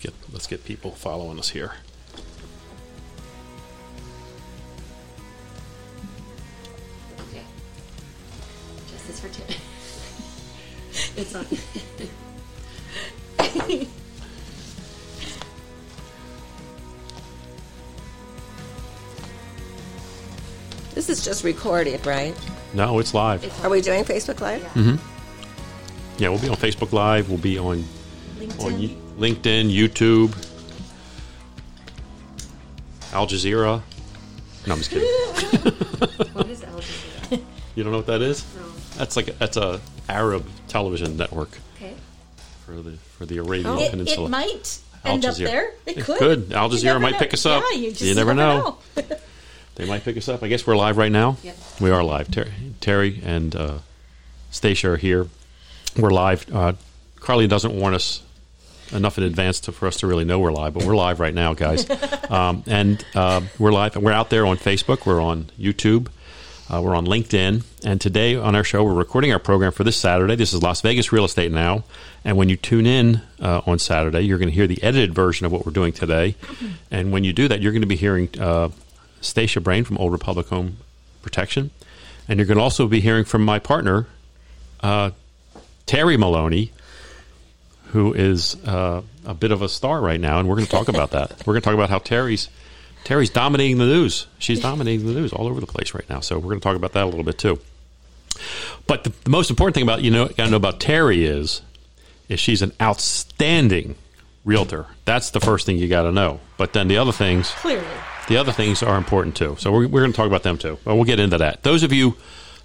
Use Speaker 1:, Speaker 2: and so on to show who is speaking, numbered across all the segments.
Speaker 1: get let's get people following us here.
Speaker 2: Okay. Justice for Tim. it's not.
Speaker 3: This is just recorded, right?
Speaker 1: No, it's live.
Speaker 2: It's
Speaker 3: Are we doing Facebook Live?
Speaker 2: Yeah.
Speaker 1: Yeah, we'll be on Facebook Live. We'll be on on y-
Speaker 2: LinkedIn.
Speaker 1: LinkedIn, YouTube, Al Jazeera. No, I'm just kidding.
Speaker 2: What is Al Jazeera?
Speaker 1: You don't know what that is?
Speaker 2: No.
Speaker 1: That's like that's a Arab television network
Speaker 2: Okay.
Speaker 1: for the for the Arabian
Speaker 4: Oh. It, it
Speaker 1: Peninsula.
Speaker 4: might
Speaker 1: Al
Speaker 4: end up
Speaker 1: Jazeera.
Speaker 4: there. It,
Speaker 1: It
Speaker 4: could.
Speaker 1: could. Al
Speaker 4: You
Speaker 1: Jazeera
Speaker 4: never
Speaker 1: might
Speaker 4: know.
Speaker 1: pick us up.
Speaker 4: Yeah, you, just
Speaker 1: You never know.
Speaker 4: know.
Speaker 1: They might pick us up. I guess we're live right now.
Speaker 2: Yep.
Speaker 1: We are live. Terry, Terry and uh, Stacia are here. We're live. Uh, Carly doesn't warn us enough in advance to, for us to really know we're live, but we're live right now, guys. um, and uh, we're live. We're out there on Facebook. We're on YouTube. Uh, we're on LinkedIn. And today on our show, we're recording our program for this Saturday. This is Las Vegas Real Estate Now. And when you tune in uh, on Saturday, you're going to hear the edited version of what we're doing today. And when you do that, you're going to be hearing uh, Stacia Brain from Old Republic Home Protection. And you're going to also be hearing from my partner, uh, Terry Maloney, who is uh, a bit of a star right now, and we're going to talk about that. We're going to talk about how Terry's Terry's dominating the news. She's dominating the news all over the place right now. So we're going to talk about that a little bit too. But the, the most important thing about you know got to know about Terry is is she's an outstanding realtor. That's the first thing you got to know. But then the other things
Speaker 4: Clearly.
Speaker 1: the other things are important too. So we're, we're going to talk about them too. But we'll get into that. Those of you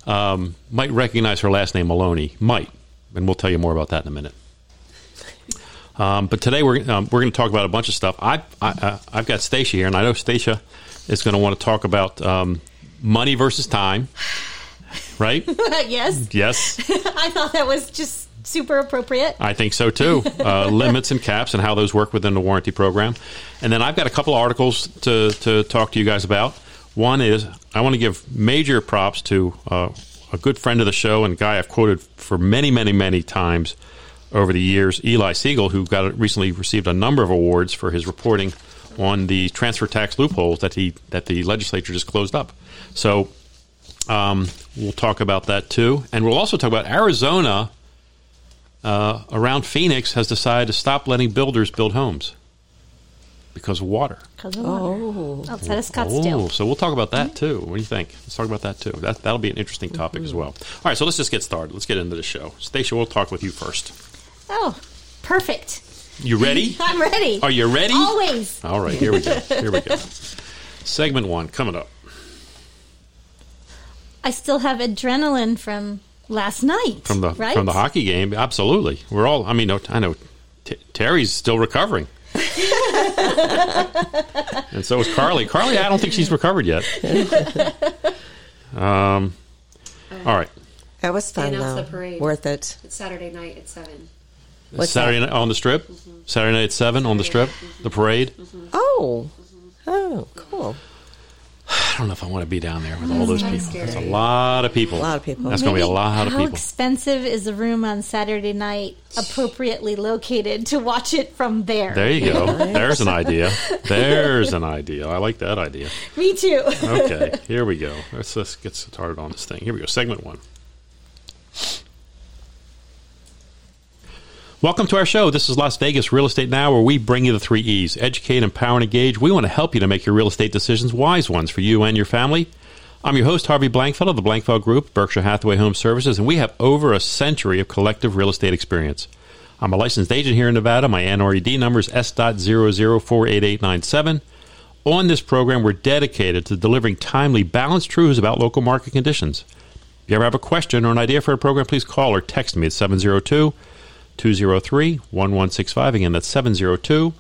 Speaker 1: um, might recognize her last name Maloney, might, and we'll tell you more about that in a minute. Um, but today we're um, we're going to talk about a bunch of stuff. I, I uh, I've got Stacia here, and I know Stacia is going to want to talk about um, money versus time, right?
Speaker 4: yes.
Speaker 1: yes.
Speaker 4: I thought that was just super appropriate.
Speaker 1: I think so too. Uh, limits and caps and how those work within the warranty program. And then I've got a couple of articles to, to talk to you guys about. One is I want to give major props to uh, a good friend of the show and guy I've quoted for many, many, many times over the years, Eli Siegel, who got recently received a number of awards for his reporting on the transfer tax loopholes that he that the legislature just closed up. So um, we'll talk about that too, and we'll also talk about Arizona around Phoenix has decided to stop letting builders build homes because of water.
Speaker 4: Oh. Outside of
Speaker 1: Oh,
Speaker 4: Scottsdale.
Speaker 1: so we'll talk about that too. What do you think? Let's talk about that too. That that'll be an interesting topic as well. All right, so let's just get started. Let's get into the show. Stacia, we'll talk with you first.
Speaker 4: Oh. perfect.
Speaker 1: You ready?
Speaker 4: I'm ready.
Speaker 1: Are Oh, you ready?
Speaker 4: Always.
Speaker 1: All right, here we go. Here we go. Segment one coming up.
Speaker 4: I still have adrenaline from last night.
Speaker 1: from the
Speaker 4: right?
Speaker 1: from the hockey game. Absolutely, we're all. I mean, no, I know T- Terry's still recovering, and so is Carly. Carly, I don't think she's recovered yet. Um, all right,
Speaker 3: That was fun,
Speaker 2: announced
Speaker 3: though.
Speaker 2: the parade.
Speaker 3: Worth it.
Speaker 2: It's Saturday night at 7.
Speaker 3: What's
Speaker 1: Saturday night on the strip. Saturday night at seven on the strip. The parade.
Speaker 3: Oh. Oh, cool.
Speaker 1: I don't know if I want to be down there with all those
Speaker 2: kinda
Speaker 1: people. That's a
Speaker 2: scary.
Speaker 1: lot of people.
Speaker 3: Mm, A lot of people.
Speaker 1: That's going to be a
Speaker 4: Maybe
Speaker 1: lot of
Speaker 4: how
Speaker 1: people.
Speaker 4: expensive is a room on Saturday night appropriately located to watch it from there?
Speaker 1: There you go. There's an idea. There's an idea. I like that idea.
Speaker 4: Me too.
Speaker 1: okay, here we go. Let's, let's get started on this thing. Here we go. Segment one. Welcome to our show. This is Las Vegas Real Estate Now, where we bring you the three E's educate, empower, and engage. We want to help you to make your real estate decisions wise ones for you and your family. I'm your host, Harvey Blankfeld of the Blankfeld Group, Berkshire Hathaway Home Services, and we have over a century of collective real estate experience. I'm a licensed agent here in Nevada. My NRED number is S.00488897. On this program, we're dedicated to delivering timely, balanced truths about local market conditions. If you ever have a question or an idea for a program, please call or text me at 702 203 1165. Again, that's 702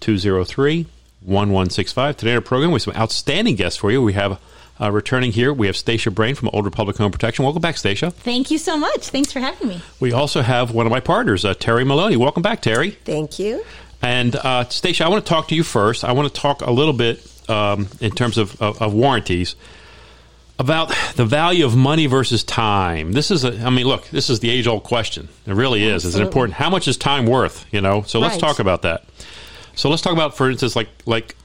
Speaker 1: 203 1165. Today, on our program, we have some outstanding guests for you. We have uh, returning here, we have Stacia Brain from Old Republic Home Protection. Welcome back, Stacia.
Speaker 4: Thank you so much. Thanks for having me.
Speaker 1: We also have one of my partners, uh, Terry Maloney. Welcome back, Terry.
Speaker 3: Thank you.
Speaker 1: And uh, Stacia, I want to talk to you first. I want to talk a little bit um, in terms of, of, of warranties about the value of money versus time. This is a, I mean, look, this is the age old question. It really is. It's an
Speaker 3: Absolutely.
Speaker 1: important. How much is time worth? You know. So let's
Speaker 3: Right.
Speaker 1: talk about that. So let's talk about, for instance, like like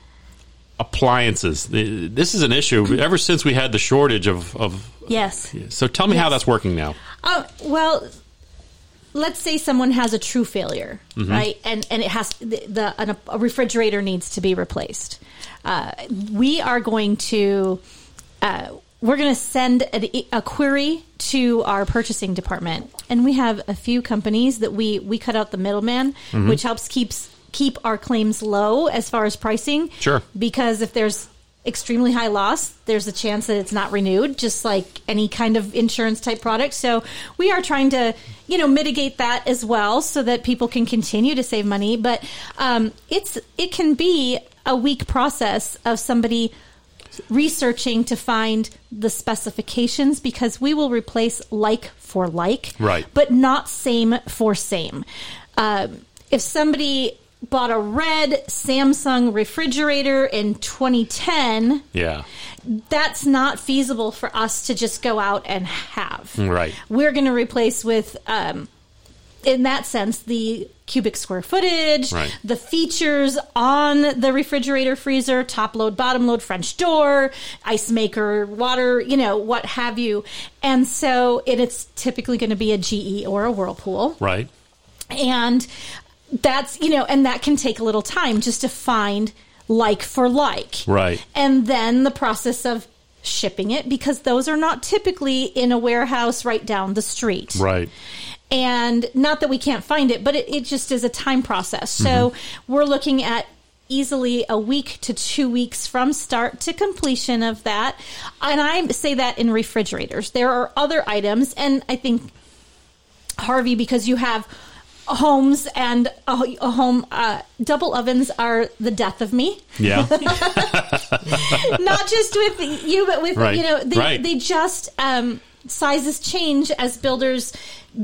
Speaker 1: appliances. The- This is an issue ever since we had the shortage of. of
Speaker 4: Yes.
Speaker 1: so tell me how
Speaker 4: Yes.
Speaker 1: that's working now.
Speaker 4: Oh well, let's say someone has a true failure, right? And and it has the, the an, a refrigerator needs to be replaced. Uh, we are going to uh, we're going to send an, e- a query to our purchasing department, and we have a few companies that we we cut out the middleman, which helps keeps keep our claims low as far as pricing.
Speaker 1: Sure.
Speaker 4: because if there's extremely high loss, there's a chance that it's not renewed, just like any kind of insurance type product. So we are trying to, you know, mitigate that as well so that people can continue to save money. But um, it's it can be a week process of somebody researching to find the specifications because we will replace like for like
Speaker 1: Right.
Speaker 4: but not same for same. Um, if somebody bought a red Samsung refrigerator in 2010,
Speaker 1: Yeah.
Speaker 4: that's not feasible for us to just go out and have.
Speaker 1: Right.
Speaker 4: We're going to replace with, um, in that sense, the cubic square footage,
Speaker 1: Right.
Speaker 4: the features on the refrigerator, freezer, top load, bottom load, French door, ice maker, water, you know, what have you. And so it is typically going to be a GE or a Whirlpool
Speaker 1: Right.
Speaker 4: and that's you know and that can take a little time just to find like for like
Speaker 1: Right.
Speaker 4: and then the process of shipping it because those are not typically in a warehouse right down the street
Speaker 1: Right.
Speaker 4: and not that we can't find it, but it, it just is a time process. So we're looking at easily a week to two weeks from start to completion of that. And I say that in refrigerators. There are other items, and I think Harvey, because you have homes and a, a home, uh, double ovens are the death of me
Speaker 1: Yeah.
Speaker 4: not just with you, but with
Speaker 1: Right.
Speaker 4: you know, they,
Speaker 1: Right.
Speaker 4: they just um, sizes change as builders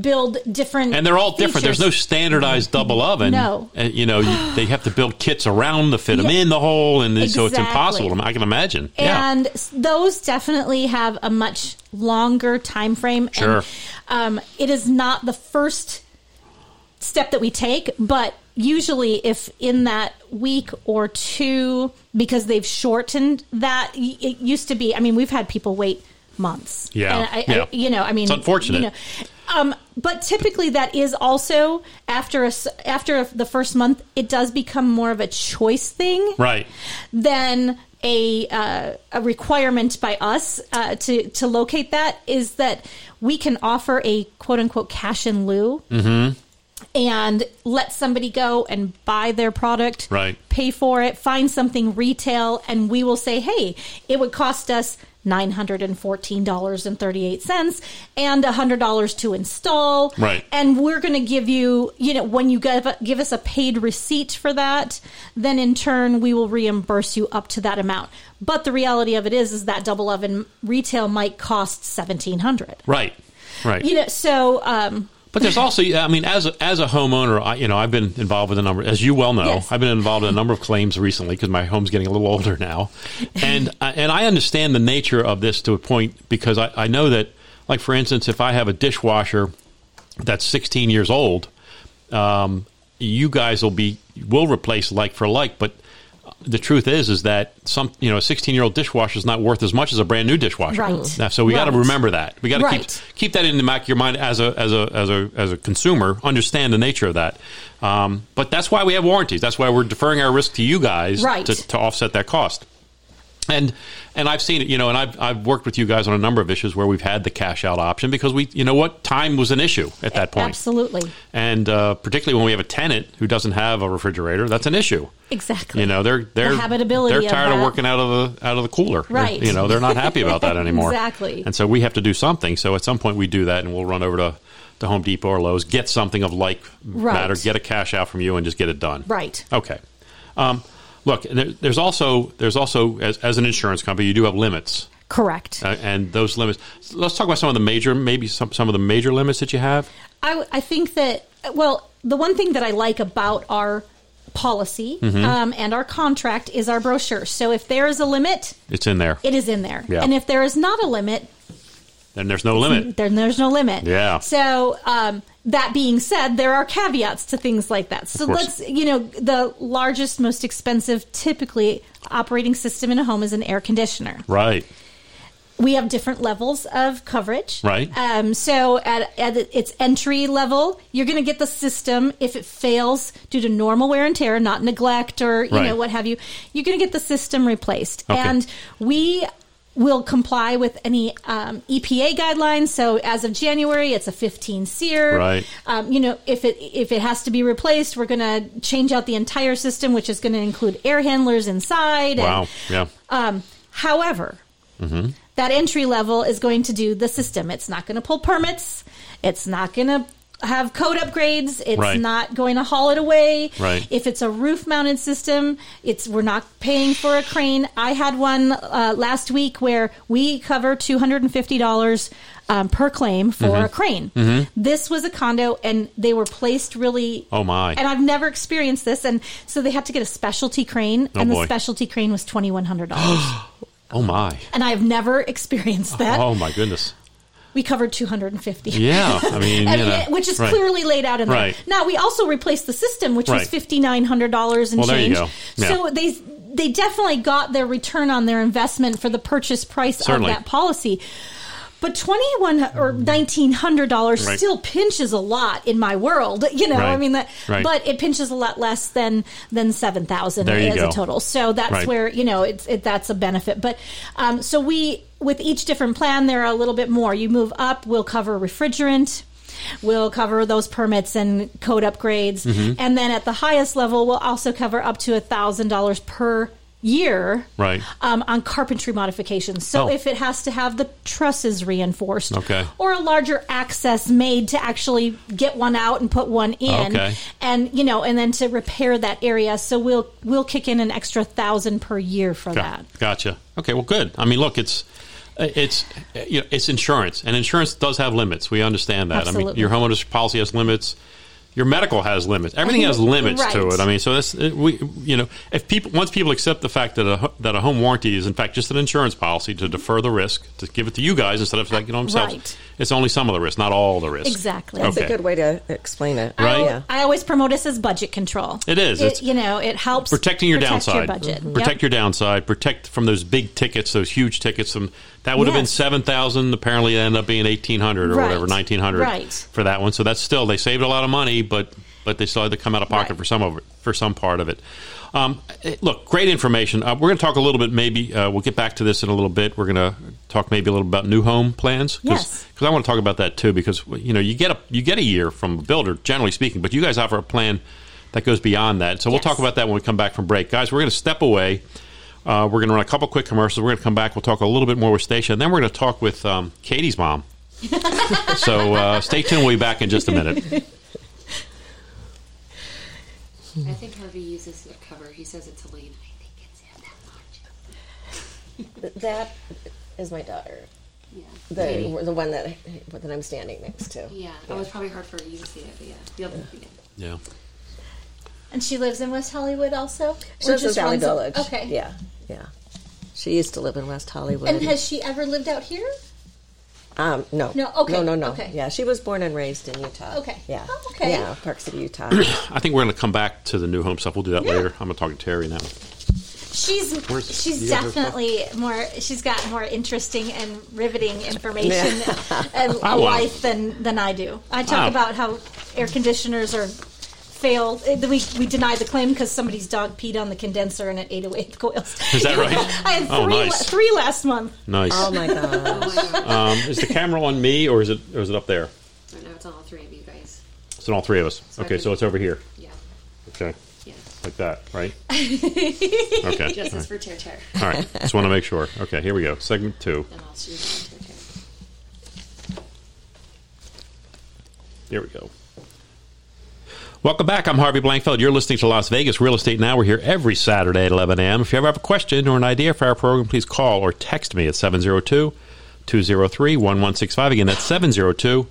Speaker 4: build different,
Speaker 1: and they're all different. There's no
Speaker 4: features.
Speaker 1: standardized double oven.
Speaker 4: No.
Speaker 1: And, you know, you, they have to build kits around to fit them in the hole, and so it's
Speaker 4: Exactly.
Speaker 1: impossible. I can imagine. yeah.
Speaker 4: and s- those definitely have a much longer time frame.
Speaker 1: Sure.
Speaker 4: And, um, it is not the first step that we take, but usually if in that week or two, because they've shortened that, y- it used to be. I mean, we've had people wait months.
Speaker 1: Yeah,
Speaker 4: And I,
Speaker 1: yeah.
Speaker 4: I, you know, I mean,
Speaker 1: It's unfortunate.
Speaker 4: you know. um, but typically, that is also after a s after the first month, it does become more of a choice thing
Speaker 1: Right.
Speaker 4: then a uh, a requirement by us uh, to to locate that is that we can offer a quote unquote cash in lieu.
Speaker 1: Mm-hmm.
Speaker 4: And let somebody go and buy their product,
Speaker 1: Right.
Speaker 4: pay for it, find something retail, and we will say, hey, it would cost us $914.38 and $100 to install.
Speaker 1: Right.
Speaker 4: And we're going to give you, you know, when you give, give us a paid receipt for that, then in turn we will reimburse you up to that amount. But the reality of it is, is that double oven retail might cost 1700
Speaker 1: Right. Right.
Speaker 4: You know, so, um,
Speaker 1: But there's also, I mean, as a, as a homeowner, I, you know, I've been involved with a number, as you well know,
Speaker 4: Yes.
Speaker 1: I've been involved in a number of claims recently because my home's getting a little older now, and I, and I understand the nature of this to a point because I, I know that, like for instance, if I have a dishwasher that's 16 years old, um, you guys will be will replace like for like, but the truth is is that some you know a 16 year old dishwasher is not worth as much as a brand new dishwasher.
Speaker 4: Right.
Speaker 1: Now, so we got to
Speaker 4: Right.
Speaker 1: remember that. We got to keep
Speaker 4: Right.
Speaker 1: keep that in the back of your mind as a as a as a as a consumer. Understand the nature of that. Um, but that's why we have warranties. That's why we're deferring our risk to you guys
Speaker 4: Right.
Speaker 1: to, to offset that cost. And and I've seen it, you know, and I've I've worked with you guys on a number of issues where we've had the cash out option because we, you know, what time was an issue at that point,
Speaker 4: absolutely.
Speaker 1: and uh, particularly when we have a tenant who doesn't have a refrigerator, that's an issue.
Speaker 4: Exactly.
Speaker 1: You know, they're they're
Speaker 4: habitability
Speaker 1: they're
Speaker 4: of
Speaker 1: tired of,
Speaker 4: that.
Speaker 1: working out of the out of the cooler. They're-
Speaker 4: Right.
Speaker 1: you know, they're not happy about that anymore.
Speaker 4: Exactly.
Speaker 1: And so we have to do something. So at some point we do that and we'll run over to the Home Depot or Lowe's, get something of like
Speaker 4: Right.
Speaker 1: matter, get a cash out from you and just get it done.
Speaker 4: Right.
Speaker 1: Okay. Um, look, there, there's also there's also as, as an insurance company, you do have limits.
Speaker 4: Correct.
Speaker 1: Uh, and those limits. Let's talk about some of the major, maybe some, some of the major limits that you have.
Speaker 4: I, I think that well the one thing that i like about our policy
Speaker 1: Mm-hmm.
Speaker 4: um, and our contract is our brochure so if there is a limit
Speaker 1: It's in there,
Speaker 4: it is in there
Speaker 1: Yeah.
Speaker 4: and if there is not a limit
Speaker 1: and there's no limit.
Speaker 4: then there's no limit
Speaker 1: Yeah.
Speaker 4: so um, That being said, there are caveats to things like that. So
Speaker 1: course.
Speaker 4: let's, you know, the largest, most expensive, typically operating system in a home is an air conditioner
Speaker 1: Right.
Speaker 4: we have different levels of coverage.
Speaker 1: Right.
Speaker 4: Um, so at, at its entry level, you're going to get the system. If it fails due to normal wear and tear, not neglect or, you
Speaker 1: Right.
Speaker 4: know, what have you, you're going to get the system replaced.
Speaker 1: Okay.
Speaker 4: And we will comply with any um, EPA guidelines. So as of January, it's a 15 SEER.
Speaker 1: Right.
Speaker 4: Um, you know, if it if it has to be replaced, we're going to change out the entire system, which is going to include air handlers inside.
Speaker 1: Wow.
Speaker 4: And,
Speaker 1: Yeah.
Speaker 4: um, however,
Speaker 1: Mm-hmm.
Speaker 4: that entry level is going to do the system. It's not going to pull permits. It's not going to have code upgrades. It's
Speaker 1: Right.
Speaker 4: not going to haul it away.
Speaker 1: Right.
Speaker 4: If it's a roof mounted system, it's we're not paying for a crane. I had one uh, last week where we cover two hundred and fifty dollars. Um, per claim for
Speaker 1: Mm-hmm.
Speaker 4: a crane. This was a condo, and they were placed really.
Speaker 1: Oh, my.
Speaker 4: And I've never experienced this, and so they had to get a specialty crane,
Speaker 1: Oh,
Speaker 4: and
Speaker 1: boy.
Speaker 4: the specialty crane was twenty one hundred dollars
Speaker 1: Oh my.
Speaker 4: and I've never experienced that.
Speaker 1: Oh my goodness.
Speaker 4: We covered 250.
Speaker 1: Yeah. I mean,
Speaker 4: I
Speaker 1: you
Speaker 4: mean,
Speaker 1: know,
Speaker 4: it- which is
Speaker 1: right.
Speaker 4: clearly laid out in there.
Speaker 1: Right.
Speaker 4: Now we also replaced the system, which was
Speaker 1: Right.
Speaker 4: fifty nine hundred dollars and
Speaker 1: Well, there you
Speaker 4: change.
Speaker 1: go. Yeah.
Speaker 4: So they they definitely got their return on their investment for the purchase price
Speaker 1: Certainly.
Speaker 4: of that policy. But twenty one or nineteen hundred dollars
Speaker 1: Right.
Speaker 4: still pinches a lot in my world. You know, I
Speaker 1: Right.
Speaker 4: mean that,
Speaker 1: Right.
Speaker 4: but it pinches a lot less than than seven thousand
Speaker 1: There you
Speaker 4: as
Speaker 1: go.
Speaker 4: a total. So that's
Speaker 1: Right.
Speaker 4: where you know it's it, that's a benefit. But um, so we with each different plan, there are a little bit more. You move up, we'll cover refrigerant. We'll cover those permits and code upgrades,
Speaker 1: Mm-hmm.
Speaker 4: and then at the highest level, we'll also cover up to a thousand dollars per year
Speaker 1: Right.
Speaker 4: um, on carpentry modifications. So
Speaker 1: Oh.
Speaker 4: if it has to have the trusses reinforced,
Speaker 1: Okay.
Speaker 4: or a larger access made to actually get one out and put one in,
Speaker 1: Okay.
Speaker 4: and you know, and then to repair that area. So we'll we'll kick in an extra thousand per year for that.
Speaker 1: Gotcha. Okay. Well, good. I mean, look, it's uh, it's you know, it's insurance, and insurance does have limits. We understand that. I mean,
Speaker 4: Absolutely.
Speaker 1: your homeowner's policy has limits. Your medical has limits. Everything has limits to
Speaker 4: Mm-hmm. Right.
Speaker 1: it. I mean, so that's it- we you know, if people once people accept the fact that a ho- that a home warranty is in fact just an insurance policy to defer the risk to give it to you guys instead of taking it on themselves.
Speaker 4: Right.
Speaker 1: It's only some of the risk, not all the risk.
Speaker 4: Exactly.
Speaker 3: That's
Speaker 1: Okay.
Speaker 3: a good way to explain it. Oh,
Speaker 1: Right?
Speaker 3: Yeah.
Speaker 4: I always promote us as budget control.
Speaker 1: It is.
Speaker 4: It-
Speaker 1: It's-
Speaker 4: you know, it helps
Speaker 1: protecting your
Speaker 4: protect
Speaker 1: downside. Mm-hmm.
Speaker 4: budget.
Speaker 1: Protect
Speaker 4: Yep.
Speaker 1: your downside. Protect from those big tickets, those huge tickets. Some that would have been
Speaker 4: Yes.
Speaker 1: seven thousand. Apparently, it ended up being eighteen hundred or
Speaker 4: Right.
Speaker 1: whatever, nineteen hundred
Speaker 4: Right.
Speaker 1: for that one. So that's still they saved a lot of money, but but they still had to come out of pocket
Speaker 4: Right.
Speaker 1: for some of it, for some part of it. Um, eh, look, great information. Uh, we're going to talk a little bit. Maybe uh, we'll get back to this in a little bit. We're going to talk maybe a little about new home plans
Speaker 4: Yes.
Speaker 1: because I want to talk about that too. Because you know, you get a you get a year from a builder, generally speaking, but you guys offer a plan that goes beyond that. So we'll
Speaker 4: Yes.
Speaker 1: talk about that when we come back from break, guys. We're going to step away. Uh, we're going to run a couple quick commercials. We're going to come back. We'll talk a little bit more with Stacia, and then we're going to talk with um, Katie's mom. so uh, stay tuned. We'll be back in just a minute.
Speaker 2: I think Harvey uses a cover. He says it's Elaine. I think it's him that much.
Speaker 3: That is my daughter.
Speaker 2: Yeah.
Speaker 3: The
Speaker 2: Katie.
Speaker 3: the one that that I'm standing next to.
Speaker 2: Yeah. It was probably hard for you to see it, but yeah. You'll yeah.
Speaker 1: Yeah.
Speaker 4: And she lives in West Hollywood also?
Speaker 3: She lives in Valley
Speaker 4: runs a-
Speaker 3: Village.
Speaker 4: Okay.
Speaker 3: Yeah. Yeah. She used to live in West Hollywood.
Speaker 4: And has she ever lived out here?
Speaker 3: um, no.
Speaker 4: No, okay,
Speaker 3: No, no, no.
Speaker 4: okay.
Speaker 3: Yeah, she was born and raised in Utah.
Speaker 4: Okay.
Speaker 3: Yeah.
Speaker 4: Oh, okay.
Speaker 3: Yeah, Park City, Utah.
Speaker 1: I think we're going to come back to the new home stuff. We'll do that
Speaker 4: Yeah.
Speaker 1: later. I'm going to talk to Terry now.
Speaker 4: She's
Speaker 1: Where's-
Speaker 4: she's
Speaker 1: you got her stuff?
Speaker 4: definitely more. She's got more interesting and riveting information and
Speaker 1: I Oh. want-
Speaker 4: life than than I do. I talk
Speaker 1: Wow.
Speaker 4: about how air conditioners are fail. eh, We we deny the claim because somebody's dog peed on the condenser and it ate away the coils.
Speaker 1: Is that right?
Speaker 4: I had three
Speaker 1: Oh,
Speaker 4: la-
Speaker 1: nice.
Speaker 4: three last month.
Speaker 1: Nice.
Speaker 3: oh my god.
Speaker 2: Oh my god.
Speaker 1: Um, is the camera on me or is it or is it up there?
Speaker 2: I know it's on all three of you guys.
Speaker 1: It's on all three of us.
Speaker 2: I
Speaker 1: Okay,
Speaker 2: can-
Speaker 1: so it's over here.
Speaker 2: Yeah.
Speaker 1: Okay,
Speaker 2: Yeah.
Speaker 1: like that, right? Okay.
Speaker 2: Justice for Tear Tear.
Speaker 1: All right. Just want to make sure. Okay, here we go. Segment two.
Speaker 2: And I'll shoot Tear Tear.
Speaker 1: Here we go. Welcome back. I'm Harvey Blankfeld. You're listening to Las Vegas Real Estate Now. We're here every Saturday at 11 a.m. If you ever have a question or an idea for our program, please call or text me at 702 203 1165. Again, that's 702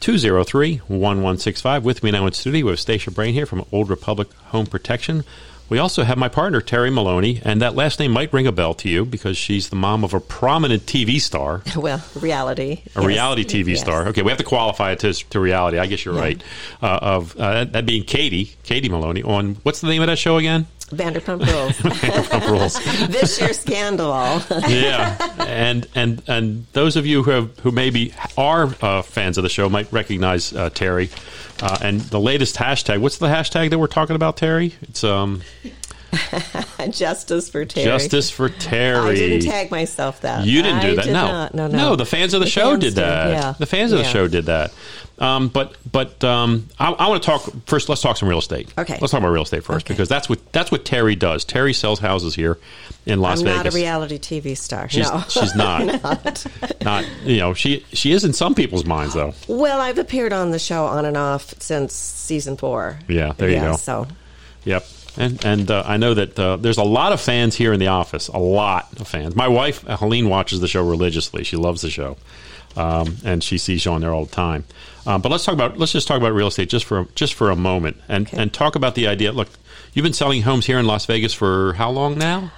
Speaker 1: 203 1165. With me now in studio, we have Stacia Brain here from Old Republic Home Protection. We also have my partner, Terry Maloney, and that last name might ring a bell to you because she's the mom of a prominent TV star,
Speaker 3: Well, reality.
Speaker 1: a
Speaker 3: yes.
Speaker 1: reality TV
Speaker 3: Yes.
Speaker 1: star. Okay, we have to qualify it to, to reality. I guess you're right. Uh, of uh, That being Katie, Katie Maloney, on what's the name of that show again?
Speaker 3: Vanderpump Rules.
Speaker 1: Vanderpump Rules.
Speaker 3: this year's scandal.
Speaker 1: yeah, and and and those of you who have, who maybe are uh, fans of the show might recognize uh, Terry, uh, and the latest hashtag. What's the hashtag that we're talking about, Terry? It's um,
Speaker 3: Justice for Terry.
Speaker 1: justice for Terry.
Speaker 3: I didn't tag myself that.
Speaker 1: You didn't do
Speaker 3: I
Speaker 1: that.
Speaker 3: did
Speaker 1: no.
Speaker 3: not. no, no,
Speaker 1: The fans of the,
Speaker 3: The
Speaker 1: show
Speaker 3: fans
Speaker 1: did
Speaker 3: did,
Speaker 1: that.
Speaker 3: yeah.
Speaker 1: The fans of the
Speaker 3: Yeah.
Speaker 1: show did that. Um, but but um, I, I want to talk first. Let's talk some real estate.
Speaker 3: Okay.
Speaker 1: Let's talk about real estate first
Speaker 3: Okay.
Speaker 1: because that's what that's what Terry does. Terry sells houses here in Las
Speaker 3: I'm
Speaker 1: Vegas.
Speaker 3: not a reality TV star.
Speaker 1: She's,
Speaker 3: no.
Speaker 1: she's not. not. you know, she she is in some people's minds though.
Speaker 3: Well, I've appeared on the show on and off since season four.
Speaker 1: Yeah, there you go.
Speaker 3: So
Speaker 1: Yep. And and uh, I know that uh, there's a lot of fans here in the office. A lot of fans. My wife uh, Helene watches the show religiously. She loves the show, um, and she sees you on there all the time. Um, but let's talk about let's just talk about real estate just for a- just for a moment and
Speaker 3: Okay.
Speaker 1: and talk about the idea. Look, you've been selling homes here in Las Vegas for how long now?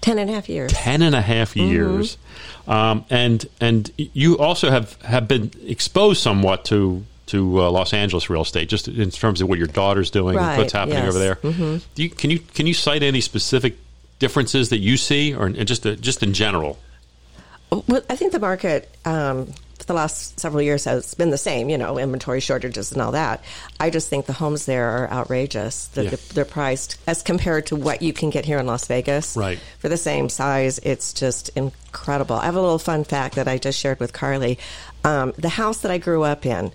Speaker 3: ten and a half years.
Speaker 1: ten and a half
Speaker 3: Mm-hmm.
Speaker 1: years, um, and and you also have have been exposed somewhat to to uh, Los Angeles real estate, just in terms of what your daughter's doing, and
Speaker 3: Right,
Speaker 1: what's happening
Speaker 3: yes. Mm-hmm.
Speaker 1: over there. Do you, can you can you cite any specific differences that you see, or and just uh, just in general?
Speaker 3: Well, I think the market um, for the last several years has been the same, you know, inventory shortages and all that. I just think the homes there are outrageous. The,
Speaker 1: Yeah.
Speaker 3: they're priced as compared to what you can get here in Las Vegas.
Speaker 1: Right.
Speaker 3: For the same size, it's just incredible. I have a little fun fact that I just shared with Carly. Um, the house that I grew up in,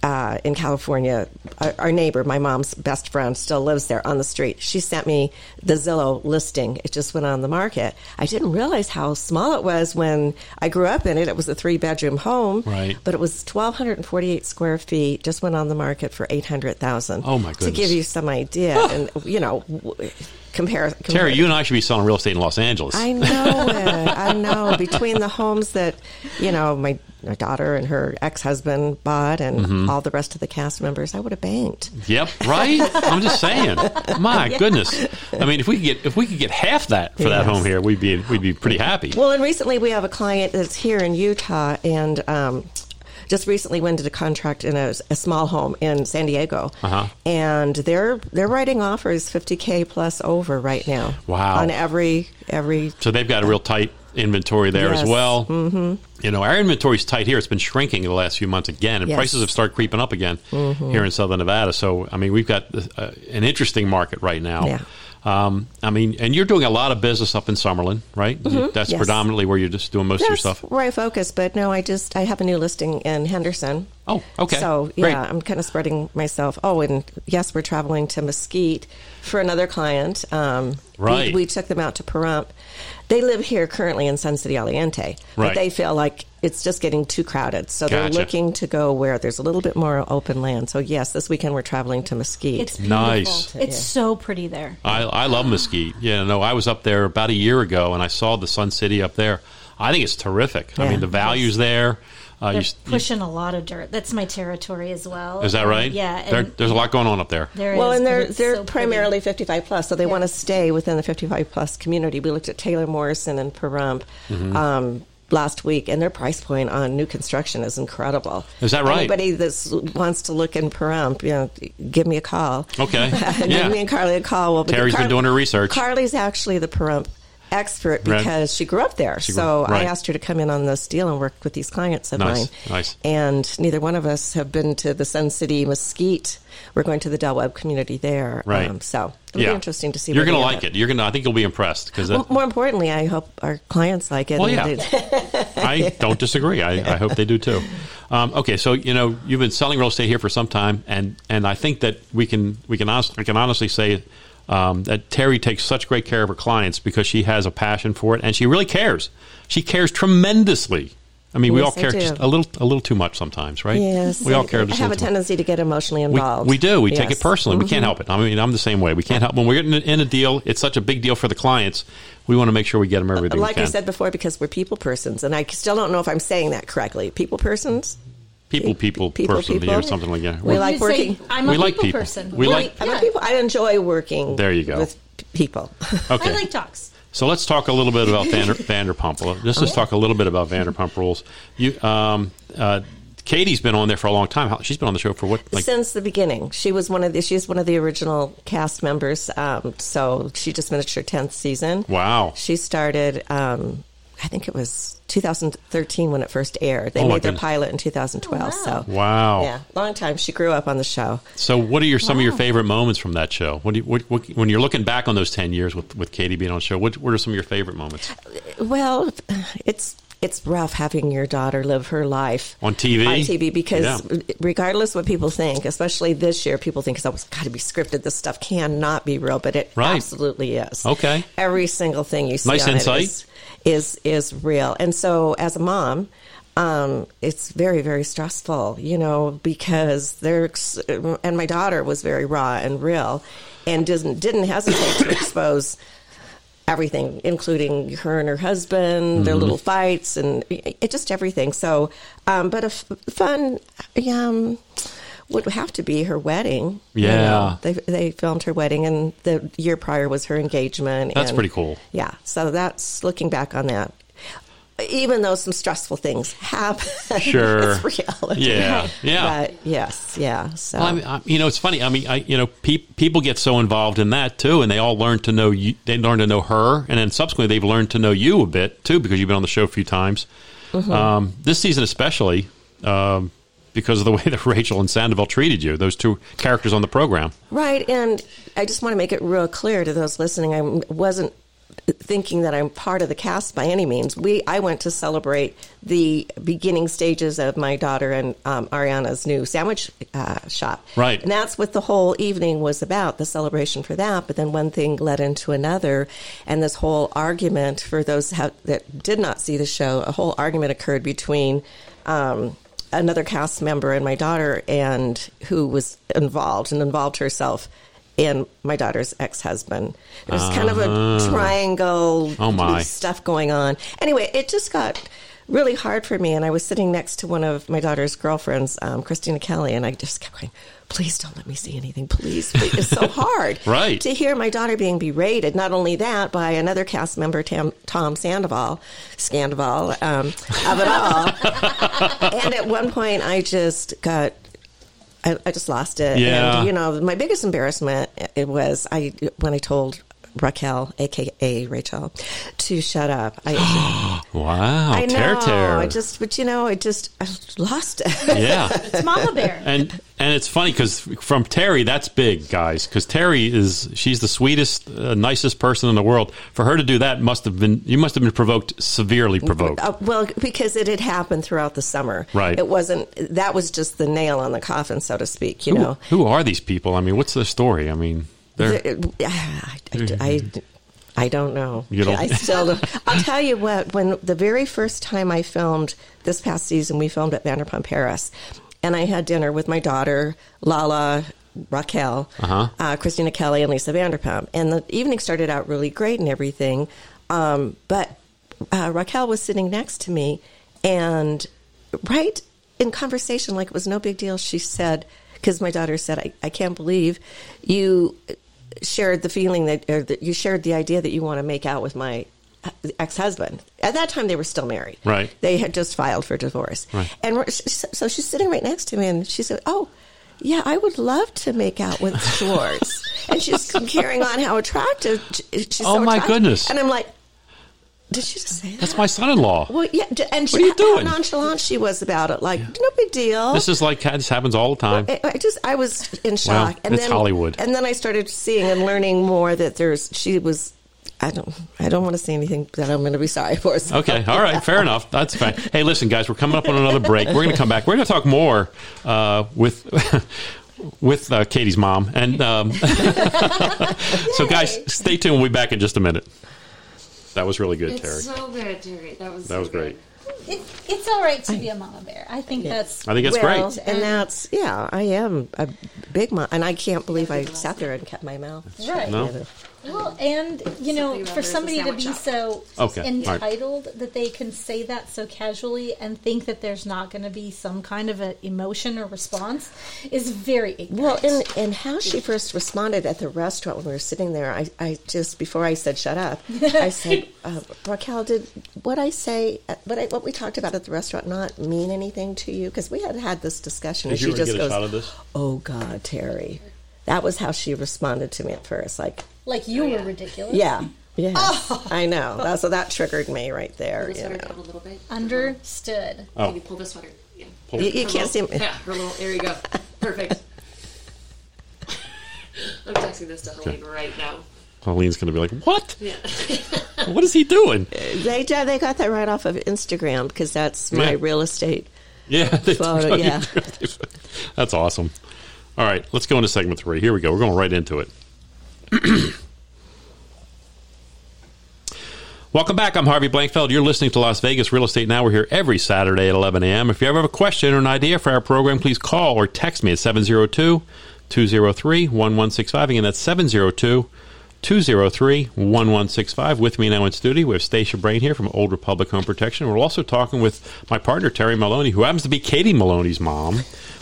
Speaker 3: uh, in California, our, our neighbor, my mom's best friend, still lives there on the street. She sent me the Zillow listing. It just went on the market. I didn't realize how small it was when I grew up in it. It was a three bedroom home,
Speaker 1: Right.
Speaker 3: But it was twelve hundred and forty eight square feet. Just went on the market for eight hundred thousand.
Speaker 1: Oh, my
Speaker 3: To give
Speaker 1: goodness.
Speaker 3: you some idea, and you know, w- compare, compare
Speaker 1: Terry, you and I should be selling real estate in Los Angeles.
Speaker 3: I know it. I know. Between the homes that you know my, my daughter and her ex husband bought, and
Speaker 1: Mm-hmm.
Speaker 3: all the rest of the cast members, I would have banked.
Speaker 1: Yep, right. I'm just saying. My goodness. I mean, if we could get if we could get half that for that
Speaker 3: Yes.
Speaker 1: home here, we'd be we'd be pretty happy.
Speaker 3: Well, and recently we have a client that's here in Utah, and um, just recently went into contract in a, a small home in San Diego,
Speaker 1: Uh-huh.
Speaker 3: and they're they're writing offers fifty k plus over right now.
Speaker 1: Wow.
Speaker 3: On every every
Speaker 1: So they've got a real tight inventory there as
Speaker 3: Yes.
Speaker 1: well. Mm-hmm. You know, our inventory's tight here. It's been shrinking the last few months again, and
Speaker 3: Yes. Mm-hmm.
Speaker 1: prices have started creeping up again here in Southern Nevada. So, I mean, we've got uh, an interesting market right now.
Speaker 3: Yeah.
Speaker 1: Um, I mean, and you're doing a lot of business up in Summerlin, right? That's
Speaker 3: Mm-hmm. Yes.
Speaker 1: predominantly where you're just doing most of your
Speaker 3: That's
Speaker 1: stuff.
Speaker 3: where I focus, but no, I just I have a new listing in Henderson.
Speaker 1: Oh, okay.
Speaker 3: So yeah,
Speaker 1: Great.
Speaker 3: I'm kind of spreading myself. Oh, and yes, we're traveling to Mesquite for another client. Um, we-
Speaker 1: Right.
Speaker 3: We, took them out to Pahrump. They live here currently in Sun City Aliente,
Speaker 1: Right.
Speaker 3: but they feel like it's just getting too crowded, so they're
Speaker 1: Gotcha.
Speaker 3: looking to go where there's a little bit more open land. So yes, this weekend we're traveling to Mesquite.
Speaker 4: It's beautiful.
Speaker 1: Nice.
Speaker 4: It's so pretty there.
Speaker 1: I, I love Mesquite. Yeah, no, I was up there about a year ago, and I saw the Sun City up there. I think it's terrific. I
Speaker 3: Yeah.
Speaker 1: mean, the value's there. Uh,
Speaker 4: They're
Speaker 1: s-
Speaker 4: pushing a lot of dirt. That's my territory as well.
Speaker 1: is that right?
Speaker 4: Yeah.
Speaker 1: There,
Speaker 4: and
Speaker 1: there's a lot going on up there.
Speaker 4: there
Speaker 3: Well,
Speaker 4: is,
Speaker 3: and they're
Speaker 4: it's
Speaker 3: they're
Speaker 4: so pretty.
Speaker 3: primarily 55 plus, so they want to stay within the 55 plus community. We looked at Taylor Morrison and Pahrump
Speaker 1: Mm-hmm.
Speaker 3: um, last week, and their price point on new construction is incredible.
Speaker 1: Is that right?
Speaker 3: Anybody that wants to look in Pahrump, you know, give me a call.
Speaker 1: Okay.
Speaker 3: Give
Speaker 1: Yeah.
Speaker 3: me and Carly a call. Well,
Speaker 1: Terry's been doing her research.
Speaker 3: Carly's actually the Pahrump expert
Speaker 1: Right.
Speaker 3: because she grew up there.
Speaker 1: She grew-
Speaker 3: so
Speaker 1: right.
Speaker 3: I asked her to come in on this deal and work with these clients of
Speaker 1: Nice,
Speaker 3: mine.
Speaker 1: nice.
Speaker 3: And neither one of us have been to the Sun City Mesquite. We're going to the Del Webb community there. Um,
Speaker 1: Right.
Speaker 3: so it'll be interesting to see.
Speaker 1: You're
Speaker 3: what
Speaker 1: going
Speaker 3: they
Speaker 1: to
Speaker 3: have.
Speaker 1: like it. You're going to. I think you'll be impressed because
Speaker 3: Well, more importantly, I hope our clients like it.
Speaker 1: Well,
Speaker 3: and
Speaker 1: yeah.
Speaker 3: they-
Speaker 1: I don't disagree. I, I hope they do too. Um, okay, so you know you've been selling real estate here for some time, and and I think that we can we can honest, I can honestly say um, that Terry takes such great care of her clients because she has a passion for it, and she really cares. She cares tremendously. I mean, we
Speaker 3: Yes,
Speaker 1: all
Speaker 3: I
Speaker 1: care
Speaker 3: do.
Speaker 1: just a little a little too much sometimes, right?
Speaker 3: Yes.
Speaker 1: we all
Speaker 3: I-
Speaker 1: care.
Speaker 3: I
Speaker 1: just a
Speaker 3: have
Speaker 1: little
Speaker 3: a
Speaker 1: too much.
Speaker 3: tendency to get emotionally
Speaker 1: We-
Speaker 3: involved.
Speaker 1: We, do. We take
Speaker 3: Yes. Mm-hmm.
Speaker 1: it personally. We can't help it. I mean, I'm the same way. We can't help when we're getting in a deal. It's such a big deal for the clients. We want to make sure we get them everything.
Speaker 3: Uh, Like
Speaker 1: we
Speaker 3: I
Speaker 1: can.
Speaker 3: said before, because we're people persons, and I still don't know if I'm saying that correctly. People persons?
Speaker 1: people, people,
Speaker 3: People,
Speaker 1: person
Speaker 3: people.
Speaker 1: or something like that.
Speaker 3: We
Speaker 1: We're-
Speaker 3: like
Speaker 4: You'd say,
Speaker 3: working-
Speaker 4: I'm a
Speaker 1: We
Speaker 4: people,
Speaker 1: like people.
Speaker 4: person.
Speaker 1: We like-
Speaker 3: I
Speaker 4: yeah.
Speaker 3: like people. I enjoy working.
Speaker 1: There you go.
Speaker 3: With p- people.
Speaker 1: okay.
Speaker 4: I like talks.
Speaker 1: So let's talk a little bit about Vander, Vanderpump. Let's
Speaker 3: Oh,
Speaker 1: just talk a little bit about Vanderpump Rules. You, um, uh, Katie's been on there for a long time. How- She's been on the show for what? Like
Speaker 3: Since the beginning, she was one of the she's one of the original cast members. Um, so she just finished her tenth season.
Speaker 1: wow.
Speaker 3: She started, um, I think it was 2013 when it first aired. They
Speaker 1: Oh, my
Speaker 3: made their
Speaker 1: goodness.
Speaker 3: pilot in 2012. So
Speaker 1: Wow.
Speaker 3: yeah, long time. She grew up on the show.
Speaker 1: So what are your some of your favorite moments from that show? What, do you, what, what when you're looking back on those ten years with, with Katie being on the show? What, what are some of your favorite moments
Speaker 3: Well, it's it's rough having your daughter live her life
Speaker 1: on TV?
Speaker 3: on TV because
Speaker 1: Yeah.
Speaker 3: regardless what people think, especially this year, people think it's always got to be scripted. This stuff cannot be real, but it
Speaker 1: Right.
Speaker 3: absolutely is.
Speaker 1: Okay.
Speaker 3: every single thing you see
Speaker 1: Nice
Speaker 3: on it
Speaker 1: insight.
Speaker 3: is- is is real. And so, as a mom. Um, it's very, very stressful, you know, because there's, and my daughter was very raw and real and didn't, didn't hesitate to expose everything, including her and her husband, their little fights, and it, just everything. So, um, but a f- fun um, would have to be her wedding.
Speaker 1: Yeah.
Speaker 3: they they filmed her wedding, and the year prior was her engagement.
Speaker 1: That's
Speaker 3: and-
Speaker 1: pretty cool.
Speaker 3: Yeah, so that's looking back on that. Even though some stressful things happen,
Speaker 1: Sure.
Speaker 3: it's reality.
Speaker 1: Yeah. Yeah.
Speaker 3: But yes, yeah. So
Speaker 1: Well, I mean, I, you know, it's funny. I mean, I, you know, pe- people get so involved in that too, and they all learn to know you. They learn to know her, and then subsequently they've learned to know you a bit too because you've been on the show a few times.
Speaker 3: Mm-hmm.
Speaker 1: Um, this season, especially um, because of the way that Rachel and Sandoval treated you, those two characters on the program.
Speaker 3: Right, and I just want to make it real clear to those listening. I wasn't thinking that I'm part of the cast by any means. We I went to celebrate the beginning stages of my daughter and um, Ariana's new sandwich uh, shop.
Speaker 1: Right.
Speaker 3: and that's what the whole evening was about—the celebration for that. But then one thing led into another, and this whole argument for those ha- that did not see the show, a whole argument occurred between. Um, another cast member and my daughter and who was involved and involved herself in my daughter's ex-husband. It was kind of a triangle
Speaker 1: Ah. Oh, my.
Speaker 3: stuff going on. Anyway, it just got really hard for me and I was sitting next to one of my daughter's girlfriends, um, Christina Kelly, and I just kept going, please don't let me see anything. Please, please. It's so hard
Speaker 1: Right.
Speaker 3: to hear my daughter being berated. Not only that, by another cast member, Tam, Tom Sandoval, Scandoval, um, of it all and at one point, I just got. I, I just lost it.
Speaker 1: Yeah.
Speaker 3: And, you know, my biggest embarrassment it was I when I told Raquel, aka Rachel, to shut up. I,
Speaker 1: Wow,
Speaker 3: I know.
Speaker 1: Oh, tear tear.
Speaker 3: I just, but you know, I just I lost it.
Speaker 1: yeah.
Speaker 4: It's Mama Bear.
Speaker 1: and and it's funny because from Terry, that's big, guys. Because Terry is she's the sweetest, uh, nicest person in the world. For her to do that must have been you must have been provoked, severely provoked.
Speaker 3: Uh, well, because it had happened throughout the summer.
Speaker 1: Right.
Speaker 3: It wasn't. That was just the nail on the coffin, so to speak. You know.
Speaker 1: Who are these people? I mean, what's their story? I mean, they're
Speaker 3: The- it- I, I, I- I don't know.
Speaker 1: You don't-
Speaker 3: I still don't. I'll tell you what, when the very first time I filmed this past season, we filmed at Vanderpump Paris, and I had dinner with my daughter, Lala, Raquel,
Speaker 1: Uh-huh.
Speaker 3: uh, Christina Kelly, and Lisa Vanderpump. And the evening started out really great and everything, um, but uh, Raquel was sitting next to me, and right in conversation, like it was no big deal, she said, because my daughter said, I, I can't believe you shared the feeling that, or that you shared the idea that you want to make out with my ex husband. At that time, they were still married.
Speaker 1: Right.
Speaker 3: They had just filed for divorce.
Speaker 1: Right.
Speaker 3: And we're- she- so she's sitting right next to me, and she said, Oh, yeah, I would love to make out with Schwartz. and she's carrying on how attractive she's.
Speaker 1: Oh,
Speaker 3: so
Speaker 1: my
Speaker 3: attractive.
Speaker 1: goodness.
Speaker 3: And I'm like, Did she just say that?
Speaker 1: that's my son-in-law.
Speaker 3: Well, yeah, d- and
Speaker 1: What
Speaker 3: she,
Speaker 1: are you doing?
Speaker 3: how nonchalant she was about it. Like, no big deal.
Speaker 1: This is like this happens all the time.
Speaker 3: I, I just, I was in shock.
Speaker 1: it's Hollywood.
Speaker 3: And then I started seeing and learning more that there's. She was. I don't. I don't want to say anything that I'm going to be sorry for. so-
Speaker 1: Okay, all right, fair enough. That's fine. Hey, listen, guys, we're coming up on another break. We're going to come back. We're going to talk more uh, with with uh, Katie's mom. And um, so, guys, stay tuned. We'll be back in just a minute. That was really good,
Speaker 2: It's
Speaker 1: Terry.
Speaker 2: so good, Terry. That was
Speaker 1: That
Speaker 2: so
Speaker 1: was great.
Speaker 2: good.
Speaker 4: it, it's all right to be a mama bear. I think that's.
Speaker 1: I think that's
Speaker 3: well,
Speaker 1: great.
Speaker 3: and that's yeah. I am a big mom, and I can't believe I sat there and kept my mouth.
Speaker 4: right.
Speaker 1: No?
Speaker 4: Well, and you
Speaker 2: Something
Speaker 4: know,
Speaker 2: about
Speaker 4: for
Speaker 2: there's a
Speaker 4: somebody to
Speaker 2: sandwich
Speaker 4: be
Speaker 2: shop.
Speaker 4: so
Speaker 1: Okay, all right.
Speaker 4: entitled that they can say that so casually and think that there's not going to be some kind of an emotion or response is very ignorant.
Speaker 3: Well, and, and how she first responded at the restaurant when we were sitting there, I, I just, before I said shut up, I said, uh, Raquel, did what I say, uh, what, I, what we talked about at the restaurant not mean anything to you? Because we had had this discussion.
Speaker 1: Did
Speaker 3: and
Speaker 1: you
Speaker 3: she
Speaker 1: ever
Speaker 3: just
Speaker 1: get a
Speaker 3: goes,
Speaker 1: shot of this?
Speaker 3: Oh, God, Terry. That was how she responded to me at first. Like,
Speaker 4: like you were ridiculous.
Speaker 3: yeah, yeah. I know. That, so that triggered me right there.
Speaker 2: Pull the
Speaker 3: You,
Speaker 2: sweater
Speaker 3: know.
Speaker 2: down a little bit.
Speaker 4: Understood.
Speaker 2: Can
Speaker 1: Oh.
Speaker 2: you pull the sweater? Yeah.
Speaker 1: Pull-
Speaker 3: you, you
Speaker 2: Her
Speaker 3: can't see
Speaker 2: little-
Speaker 3: me.
Speaker 2: Yeah, her little. There you go. Perfect. I'm texting this to Helene right now.
Speaker 1: Pauline's going to be like, what?
Speaker 2: Yeah.
Speaker 1: What is he doing?
Speaker 3: They, did- they got that right off of Instagram because that's my
Speaker 1: Yeah.
Speaker 3: real estate.
Speaker 1: Yeah. they
Speaker 3: Photo,
Speaker 1: took-
Speaker 3: yeah.
Speaker 1: That's awesome. All right, let's go into segment three. Here we go. We're going right into it. Welcome back. I'm Harvey Blankfeld. You're listening to Las Vegas Real Estate Now. We're here every Saturday at 11 a.m. If you ever have a question or an idea for our program, please call or text me at 702 203 1165. Again, that's 702 203 1165. With me now in studio, we have Stacia Brain here from Old Republic Home Protection. We're also talking with my partner, Terry Maloney, who happens to be Katie Maloney's mom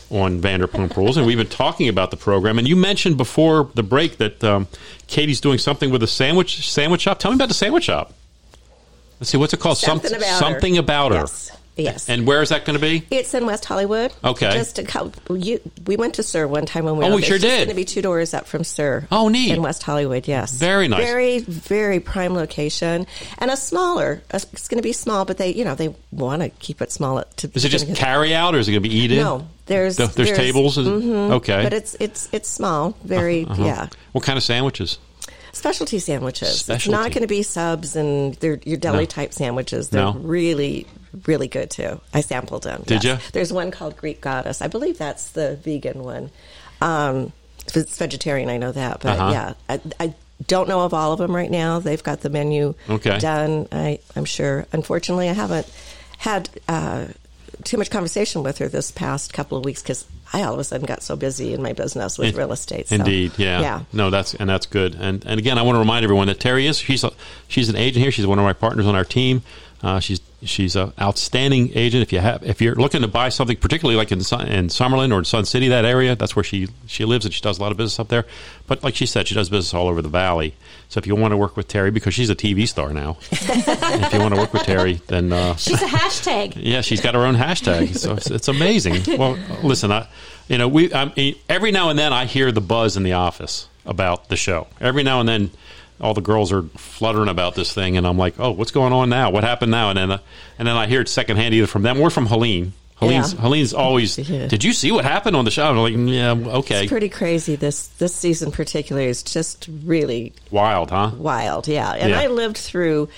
Speaker 1: on Vanderpump Rules. And we've been talking about the program. And you mentioned before the break that um, Katie's doing something with a sandwich, sandwich shop. Tell me about the sandwich shop. Let's see, what's it called?
Speaker 3: Something
Speaker 1: Some-
Speaker 3: about her.
Speaker 1: something about her.
Speaker 3: Yes. Yes.
Speaker 1: And where is that going to be?
Speaker 3: It's in West Hollywood.
Speaker 1: Okay.
Speaker 3: Just a couple. You, we went to Sir one time when we
Speaker 1: Oh,
Speaker 3: were.
Speaker 1: we sure did.
Speaker 3: Going to be two doors up from Sir.
Speaker 1: Oh, neat.
Speaker 3: In West Hollywood, yes.
Speaker 1: Very nice.
Speaker 3: Very very prime location and a smaller. It's going to be small, but they you know they want to keep it small. To
Speaker 1: Is it just carry out or is it going to be eat in?
Speaker 3: No, there's-
Speaker 1: there's,
Speaker 3: there's- Mm-hmm.
Speaker 1: tables. And, Okay. Uh-huh,
Speaker 3: But it's it's it's small. Very yeah.
Speaker 1: what kind of sandwiches?
Speaker 3: Specialty sandwiches. It's
Speaker 1: Specialty.
Speaker 3: not going to be subs and they're your deli
Speaker 1: No.
Speaker 3: type sandwiches. They're
Speaker 1: No.
Speaker 3: really really good too. I sampled them.
Speaker 1: Did
Speaker 3: yes.
Speaker 1: ya?
Speaker 3: There's one called Greek Goddess. I believe that's the vegan one. Um, if it's vegetarian. I know that, but
Speaker 1: Uh-huh.
Speaker 3: yeah, I, I don't know of all of them right now. They've got the menu
Speaker 1: Okay.
Speaker 3: done. I, I'm sure. Unfortunately, I haven't had. Uh, too much conversation with her this past couple of weeks because I all of a sudden got so busy in my business with
Speaker 1: In-
Speaker 3: real estate. So,
Speaker 1: Indeed, yeah.
Speaker 3: yeah.
Speaker 1: No, that's and that's good. And and again, I want to remind everyone that Terry is she's a, she's an agent here. She's one of my partners on our team. Uh, she's she's an outstanding agent. If you have if you're looking to buy something, particularly like in Sun, in Summerlin or in Sun City, that area, that's where she she lives and she does a lot of business up there. But like she said, she does business all over the valley. So if you want to work with Terry, because she's a TV star now, if you want to work with Terry, then uh,
Speaker 4: She's a hashtag.
Speaker 1: yeah, she's got her own hashtag. So it's, it's amazing. Well, listen, I, you know, we I mean, every now and then I hear the buzz in the office about the show. Every now and then, all the girls are fluttering about this thing, and I'm like, oh, what's going on now? What happened now? And then, uh, and then I hear it secondhand either from them or from Helene. Helene's
Speaker 3: Yeah.
Speaker 1: Helene's always.
Speaker 3: Yeah.
Speaker 1: Did you see what happened on the show? I'm like, "Mm, yeah, well, okay,
Speaker 3: It's pretty crazy. This this season particular is just really
Speaker 1: wild, huh?
Speaker 3: wild. Yeah, and
Speaker 1: Yeah.
Speaker 3: I lived through,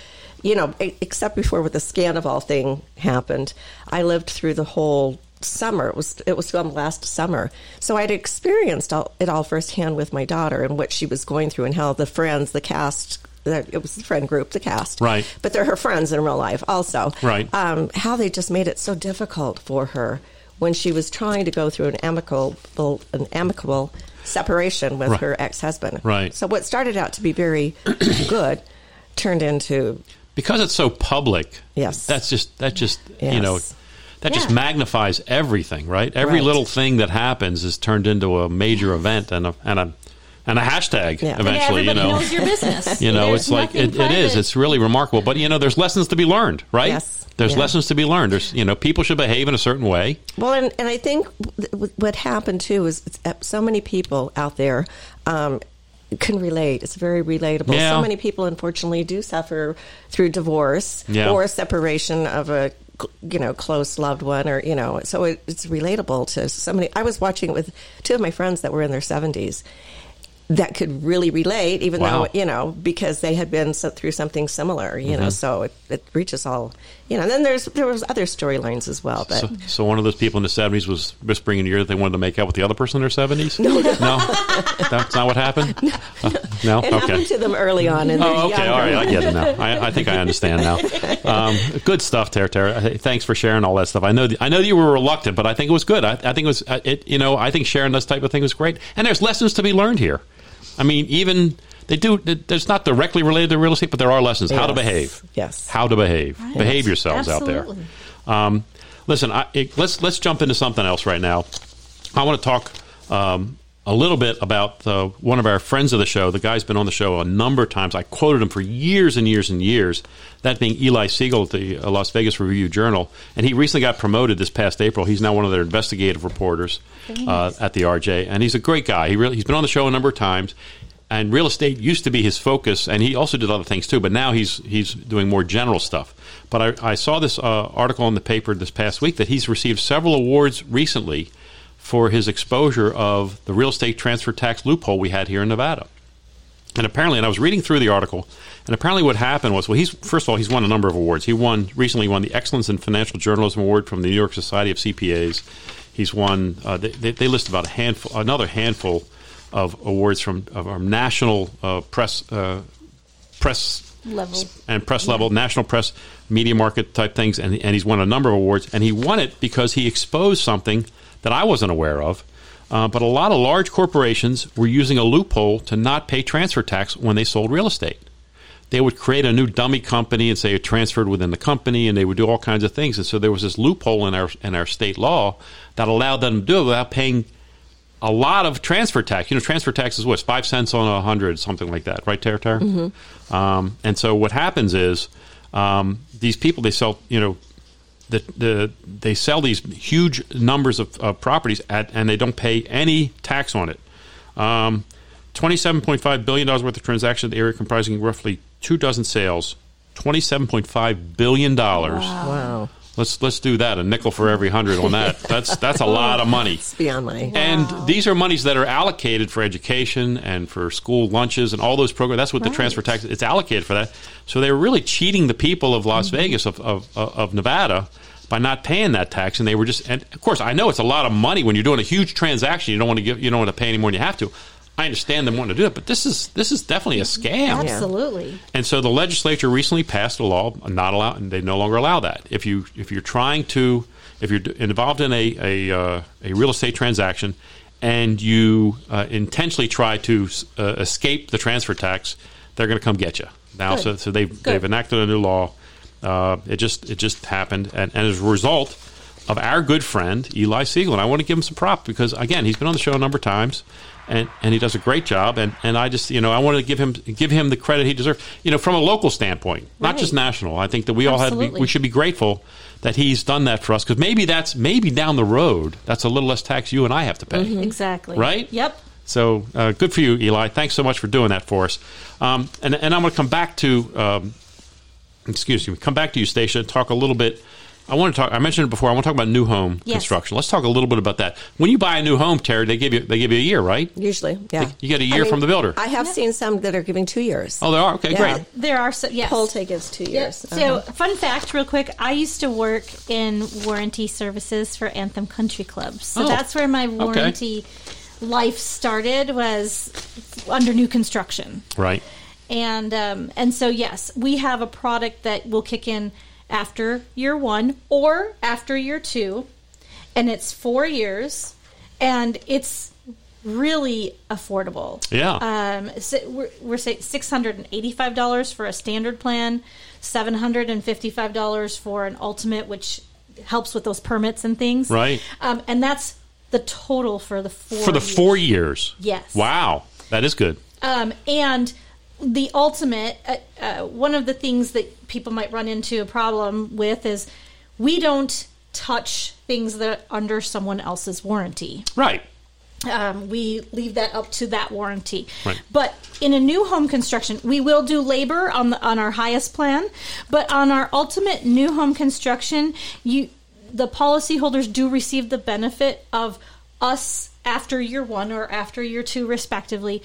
Speaker 3: you know, e- except before with the Scandival thing happened, I lived through the whole summer. It was it was filmed last summer, so I'd experienced all, it all firsthand with my daughter and what she was going through and how the friends, the cast. the- It was the friend group, the cast,
Speaker 1: Right.
Speaker 3: But they're her friends in real life, also,
Speaker 1: Right.
Speaker 3: Um, how they just made it so difficult for her when she was trying to go through an amicable, an amicable separation with
Speaker 1: Right.
Speaker 3: her ex-husband,
Speaker 1: Right.
Speaker 3: So what started out to be very good turned into
Speaker 1: because it's so public.
Speaker 3: Yes.
Speaker 1: that's just that just you
Speaker 3: Yes.
Speaker 1: know that just
Speaker 4: Yeah.
Speaker 1: magnifies everything, right? Every
Speaker 3: Right.
Speaker 1: little thing that happens is turned into a major event and a and a and a hashtag
Speaker 3: Yeah. Yeah,
Speaker 4: Yeah,
Speaker 1: eventually. you
Speaker 4: everybody
Speaker 1: know,
Speaker 4: knows your business.
Speaker 1: you know,
Speaker 4: There's
Speaker 1: it's like
Speaker 4: nothing
Speaker 1: it, it is.
Speaker 4: private.
Speaker 1: It's really remarkable. But you know, there's lessons to be learned, right?
Speaker 3: Yes.
Speaker 1: There's
Speaker 3: Yeah.
Speaker 1: lessons to be learned. There's you know, people should behave in a certain way.
Speaker 3: well, and, and I think th- w- what happened too is it's, uh, so many people out there um, can relate. It's very relatable.
Speaker 1: Yeah.
Speaker 3: So many people, unfortunately, do suffer through divorce
Speaker 1: Yeah.
Speaker 3: or separation of a cl- you know close loved one, or you know, so it, it's relatable to somebody. I was watching it with two of my friends that were in their seventies. That could really relate, even
Speaker 1: Wow.
Speaker 3: though you know, because they had been so, through something similar, you
Speaker 1: Mm-hmm.
Speaker 3: know. So it, it reaches all, you know. And then there's there was other storylines as well, but
Speaker 1: So, so one of those people in the 70s was whispering in your ear that they wanted to make out with the other person in their 70s? No. That's not what happened? now?
Speaker 3: It happened to them early on, and
Speaker 1: Oh, okay. All right. I get it now. I, I think I understand now. Um, good stuff, Tara. Tara, Hey, thanks for sharing all that stuff. I know. th- I know that you were reluctant, but I think it was good. I, I think it was. uh, It, you know, I think sharing this type of thing was great. And there's lessons to be learned here. I mean, even they do. th- There's not directly related to real estate, but there are lessons how to
Speaker 3: Yes.
Speaker 1: behave.
Speaker 3: Yes.
Speaker 1: How to behave.
Speaker 4: Right.
Speaker 1: Behave yourselves out
Speaker 4: Absolutely.
Speaker 1: there. Um, listen, I, it, let's let's jump into something else right now. I want to talk um, a little bit about the, one of our friends of the show. The guy's been on the show a number of times. I quoted him for years and years and years. That being Eli Siegel at the uh, Las Vegas Review Journal, and he recently got promoted this past April. He's now one of their investigative reporters uh, at the RJ, and he's a great guy. He really, he's been on the show a number of times. And real estate used to be his focus, and he also did other things too. But now he's he's doing more general stuff. But I, I saw this uh, article in the paper this past week that he's received several awards recently for his exposure of the real estate transfer tax loophole we had here in Nevada. And apparently, and I was reading through the article, and apparently what happened was, well, he's first of all, he's won a number of awards. He won recently won the Excellence in Financial Journalism Award from the New York Society of CPAs. He's won. Uh, they, they they list about a handful, another handful of awards from of our national uh, press uh, press
Speaker 4: Level.
Speaker 1: and press level, national press, media market type things, and, and he's won a number of awards. And he won it because he exposed something that I wasn't aware of. Uh, but a lot of large corporations were using a loophole to not pay transfer tax when they sold real estate. They would create a new dummy company and say it transferred within the company, and they would do all kinds of things. And so there was this loophole in our in our state law that allowed them to do it without paying a lot of transfer tax. You know, transfer tax is what? It's five cents on a hundred, something like that, right, Tara Tara? Um, and so what happens is um, these people, they sell, you know, the, the, they sell these huge numbers of, of properties at, and they don't pay any tax on it. Um, $27.5 billion worth of transactions in the area comprising roughly two dozen sales. $27.5 billion.
Speaker 3: Wow,
Speaker 1: Let's, let's do that, a nickel for every hundred on that. That's, that's a lot of money.
Speaker 3: it's beyond my.
Speaker 1: And these are monies that are allocated for education and for school lunches and all those programs. That's what the transfer tax it's allocated for that. So they were really cheating the people of Las Vegas of, of, of Nevada by not paying that tax. And they were just and of course I know it's a lot of money when you're doing a huge transaction. You don't want to give you don't want to pay any more than you have to. I understand them wanting to do that, but this is this is definitely a scam.
Speaker 4: Absolutely.
Speaker 1: And so the legislature recently passed a law not allow, and they no longer allow that. If you if you're trying to if you're d- involved in a a, uh, a real estate transaction and you uh, intentionally try to s- uh, escape the transfer tax, they're going to come get you. Now, so,
Speaker 4: Good.
Speaker 1: so they've
Speaker 4: Good.
Speaker 1: they've enacted a new law. Uh, it just it just happened, and, and as a result of our good friend Eli Siegel, and I want to give him some prop because again he's been on the show a number of times, and, and he does a great job, and, and I just you know I want to give him give him the credit he deserves, you know, from a local standpoint, not just
Speaker 4: Right.
Speaker 1: national. I think that we all had we,
Speaker 4: Absolutely.
Speaker 1: we should be grateful that he's done that for us because maybe that's maybe down the road that's a little less tax you and I have to pay.
Speaker 4: Mm-hmm. Exactly.
Speaker 1: Mm-hmm. Right?
Speaker 4: Yep.
Speaker 1: So uh, good for you, Eli. Thanks so much for doing that for us. Um, and, and I'm going to come back to, um, excuse me, come back to you, Stacia, and talk a little bit. I want to talk. I mentioned it before. I want to talk about new home
Speaker 4: Yes.
Speaker 1: construction. Let's talk a little bit about that. When you buy a new home, Terry, they give you they give you a year, right?
Speaker 3: Usually, yeah.
Speaker 1: You get a year from the builder.
Speaker 3: I have seen some that are giving two years.
Speaker 1: Oh, they are okay,
Speaker 3: Yeah.
Speaker 1: great.
Speaker 4: There are so yes.
Speaker 5: Poll take is two years.
Speaker 4: So,
Speaker 3: Uh-huh.
Speaker 4: fun fact, real quick. I used to work in warranty services for Anthem Country Club, so
Speaker 1: Oh,
Speaker 4: that's where my warranty life started. Was under new construction,
Speaker 1: Right.
Speaker 4: and um, and so yes, we have a product that will kick in after year one or after year two, and it's four years, and it's really affordable.
Speaker 1: Yeah.
Speaker 4: um, so we're we're saying six hundred and eighty five dollars for a standard plan, seven hundred and fifty five dollars for an ultimate, which helps with those permits and things.
Speaker 1: Right.
Speaker 4: um, and that's the total for the four
Speaker 1: For the
Speaker 4: years.
Speaker 1: four years.
Speaker 4: Yes.
Speaker 1: Wow, that is good.
Speaker 4: Um, and the ultimate, uh, uh, one of the things that people might run into a problem with is we don't touch things that are under someone else's warranty.
Speaker 1: Right.
Speaker 4: Um, we leave that up to that warranty.
Speaker 1: Right.
Speaker 4: But in a new home construction, we will do labor on the on our highest plan, but on our ultimate new home construction, you the policyholders do receive the benefit of us after year one or after year two, respectively,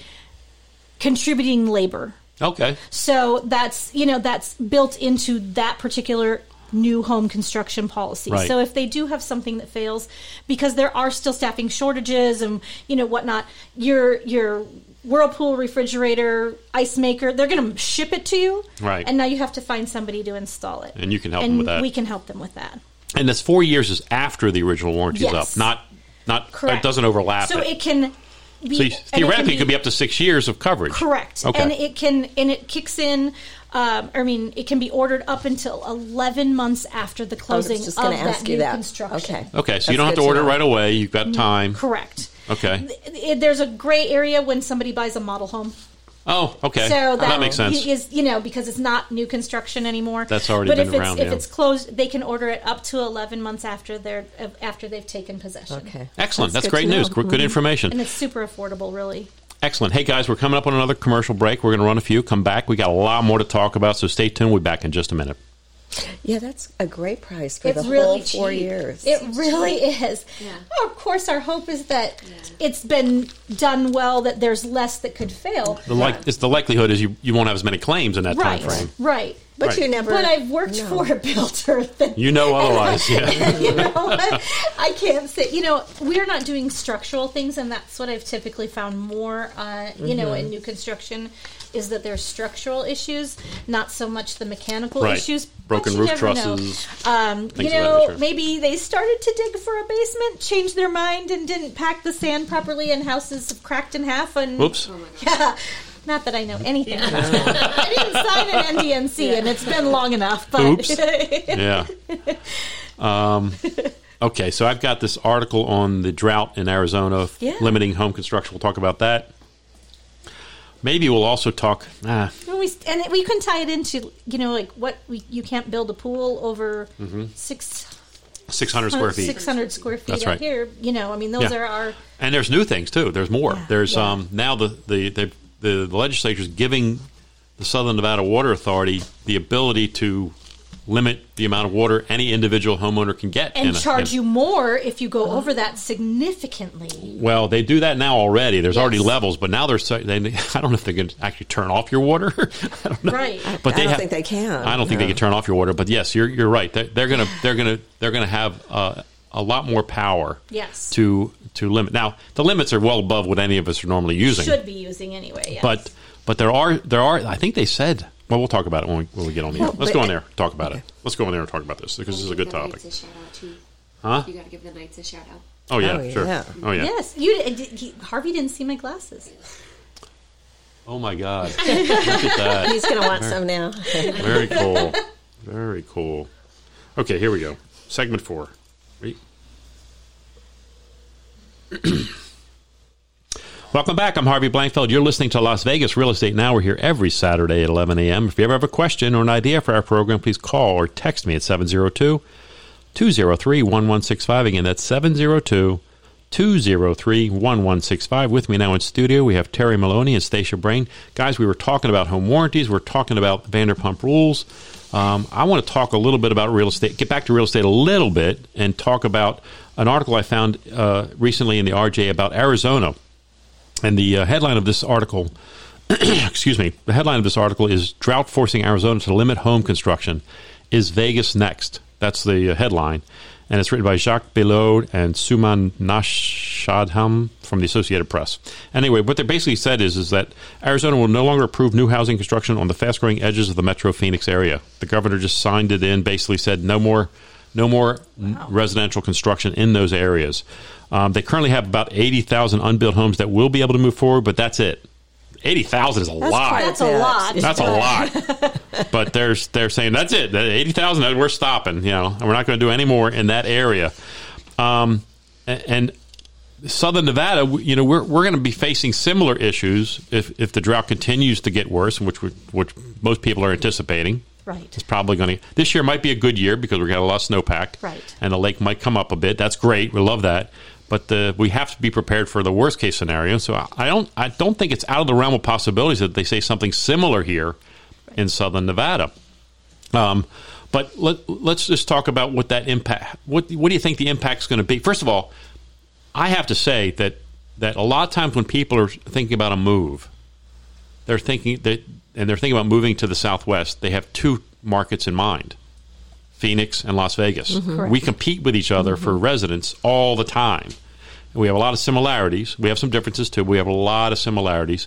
Speaker 4: contributing labor.
Speaker 1: Okay.
Speaker 4: So that's you know that's built into that particular new home construction policy.
Speaker 1: Right.
Speaker 4: So if they do have something that fails, because there are still staffing shortages and you know whatnot, your your Whirlpool refrigerator, ice maker, they're going to ship it to you,
Speaker 1: Right.
Speaker 4: And now you have to find somebody to install it,
Speaker 1: And you can help
Speaker 4: and
Speaker 1: them with that.
Speaker 4: We can help them with that.
Speaker 1: And this four years is after the original warranty is
Speaker 4: Yes.
Speaker 1: up. Not not
Speaker 4: Correct.
Speaker 1: it doesn't overlap.
Speaker 4: So it can. Be,
Speaker 1: So you-
Speaker 4: and it can
Speaker 1: theoretically, it could be up to six years of coverage.
Speaker 4: Correct.
Speaker 1: Okay.
Speaker 4: And it can and it kicks in. Um, I mean, it can be ordered up until eleven months after
Speaker 3: I
Speaker 4: the
Speaker 3: was
Speaker 4: closing
Speaker 3: just
Speaker 4: of
Speaker 3: going to ask
Speaker 4: that
Speaker 3: you
Speaker 4: new
Speaker 3: that.
Speaker 4: construction.
Speaker 3: Okay.
Speaker 1: okay, so you
Speaker 3: That's
Speaker 1: don't have
Speaker 3: good
Speaker 1: to order
Speaker 3: know.
Speaker 1: right away. You've got time.
Speaker 4: Mm-hmm. Correct.
Speaker 1: Okay.
Speaker 4: Th- There's a gray area when somebody buys a model home.
Speaker 1: Oh, okay.
Speaker 4: So that,
Speaker 1: that makes sense.
Speaker 4: Is you know because it's not new construction anymore.
Speaker 1: That's already
Speaker 4: but
Speaker 1: been
Speaker 4: if it's,
Speaker 1: around,
Speaker 4: If
Speaker 1: yeah.
Speaker 4: it's closed, they can order it up to eleven months after they're after they've taken possession.
Speaker 3: Okay.
Speaker 1: Excellent. That's,
Speaker 3: good
Speaker 1: great
Speaker 3: to know.
Speaker 1: news. Good good information.
Speaker 4: Mm-hmm. And it's super affordable, really.
Speaker 1: Excellent. Hey, guys, we're coming up on another commercial break. We're going to run a few, come back. We got a lot more to talk about, so stay tuned. We'll be back in just a minute.
Speaker 3: Yeah, that's a great price for
Speaker 4: It's
Speaker 3: the whole
Speaker 4: really
Speaker 3: four
Speaker 2: cheap.
Speaker 3: years.
Speaker 4: It really is.
Speaker 2: Yeah.
Speaker 4: Well, of course, our hope is that it's been done well, that there's less that could fail.
Speaker 1: The, like, it's the likelihood is you, you won't have as many claims in that
Speaker 4: right,
Speaker 1: time frame.
Speaker 4: right.
Speaker 3: but
Speaker 1: Right.
Speaker 3: you never.
Speaker 4: But I've worked
Speaker 3: No.
Speaker 4: for a builder that
Speaker 1: You know otherwise. yeah.
Speaker 4: you know, I can't say. You know, we're not doing structural things, and that's what I've typically found more. Uh, you know,
Speaker 1: Mm-hmm.
Speaker 4: in new construction, is that there's structural issues, not so much the mechanical
Speaker 1: Right.
Speaker 4: issues. but
Speaker 1: Broken
Speaker 4: you
Speaker 1: roof
Speaker 4: never
Speaker 1: trusses,
Speaker 4: Know. Um, you
Speaker 1: things of that
Speaker 4: know,
Speaker 1: nature.
Speaker 4: maybe they started to dig for a basement, changed their mind, and didn't pack the sand properly, and houses have cracked in half. And
Speaker 1: Whoops.
Speaker 2: Oh my God.
Speaker 4: Yeah. Not that I know anything. about that. I didn't sign an NDNC, and it's been long enough. But
Speaker 1: Oops. Yeah. Um, okay, so I've got this article on the drought in Arizona f-
Speaker 4: Yeah.
Speaker 1: limiting home construction. We'll talk about that. Maybe we'll also talk. Ah,
Speaker 4: And we and we can tie it into you know like what we you can't build a pool over six
Speaker 1: 600 Mm-hmm. square feet.
Speaker 4: six hundred square feet
Speaker 1: That's
Speaker 4: up
Speaker 1: right.
Speaker 4: here. You know, I mean those
Speaker 1: Yeah.
Speaker 4: are our
Speaker 1: And there's new things too. There's more.
Speaker 4: Yeah.
Speaker 1: There's
Speaker 4: Yeah.
Speaker 1: um, now the the the, the legislature is giving the Southern Nevada Water Authority the ability to limit the amount of water any individual homeowner can get in
Speaker 4: and
Speaker 1: a- Uh-huh.
Speaker 4: charge
Speaker 1: in-
Speaker 4: you more if you go over that significantly.
Speaker 1: Well, they do that now already. There's already
Speaker 4: Yes.
Speaker 1: levels, but now there's so- they, I don't know if they can actually turn off your water. I don't know.
Speaker 4: Right.
Speaker 1: But
Speaker 3: I
Speaker 1: they
Speaker 3: don't
Speaker 1: have-
Speaker 3: think they can.
Speaker 1: I don't think they
Speaker 3: No.
Speaker 1: can turn off your water. But yes, you're you're right. They're, they're gonna they're gonna they're gonna have uh, a lot more power.
Speaker 4: Yes.
Speaker 1: To to limit now the limits are well above what any of us are normally using.
Speaker 4: Should be using anyway. Yes.
Speaker 1: But but there are there are I think they said well we'll talk about it when we, when we get on the air.
Speaker 3: Well,
Speaker 1: Let's
Speaker 3: but-
Speaker 1: go in there talk about it. Let's go in there and talk about this because this is a good
Speaker 2: Give the
Speaker 1: topic.
Speaker 2: Knights a shout out too.
Speaker 1: Huh?
Speaker 2: You got to give the Knights a shout out.
Speaker 1: Oh yeah,
Speaker 3: Oh, yeah.
Speaker 1: sure. Oh yeah.
Speaker 4: yes, you did- he- Harvey didn't see my glasses.
Speaker 1: Oh my God. Look at that.
Speaker 3: He's going to want some now.
Speaker 1: Very cool. Very cool. Okay, here we go. Segment four. Wait. Welcome back. I'm Harvey Blankfeld. You're listening to Las Vegas Real Estate Now. We're here every Saturday at 11 a.m. If you ever have a question or an idea for our program, please call or text me at 702 203 1165. Again, that's 702 203 1165. With me now in studio, we have Terry Maloney and Stacia Brain. Guys, we were talking about home warranties, we're talking about Vanderpump rules. Um, I want to talk a little bit about real estate, get back to real estate a little bit, and talk about an article I found uh, recently in the RJ about Arizona. And the uh, headline of this article, excuse me, the headline of this article is Drought Forcing Arizona to Limit Home Construction. Is Vegas Next? That's the uh, headline. And it's written by Jacques Billot and Suman Nashadham from the Associated Press. Anyway, what they basically said is, is that Arizona will no longer approve new housing construction on the fast growing edges of the metro Phoenix area. The governor just signed it in, basically said no more no more residential construction in those areas. Um, they currently have about 80,000 unbuilt homes that will be able to move forward, but that's it. 80,000 is a lot.
Speaker 3: quite
Speaker 4: That's a lot.
Speaker 1: That's a lot. but they're they're saying that's it. That eighty thousand. We're stopping. You know, and we're not going to do any more in that area. Um, a- and Southern Nevada, w- you know, we're we're going to be facing similar issues if if the drought continues to get worse, which we, which most people are anticipating.
Speaker 4: Right.
Speaker 1: It's probably going to. This year might be a good year because we got a lot of snowpack.
Speaker 4: Right.
Speaker 1: And the lake might come up a bit. That's great. We love that. But the, we have to be prepared for the worst case scenario. So I, I don't. I don't think it's out of the realm of possibilities that they say something similar here in Southern Nevada. Um, but let, let's just talk about what that impact. What what do you think the impact's going to be? First of all, I have to say that that a lot of times when people are thinking about a move, they're thinking that and they're thinking about moving to the Southwest. They have two markets in mind: Phoenix, and Las Vegas.
Speaker 4: Mm-hmm. Correct. Mm-hmm.
Speaker 1: We compete with each other for residents all the time. We have a lot of similarities. We have some differences too. but We have a lot of similarities.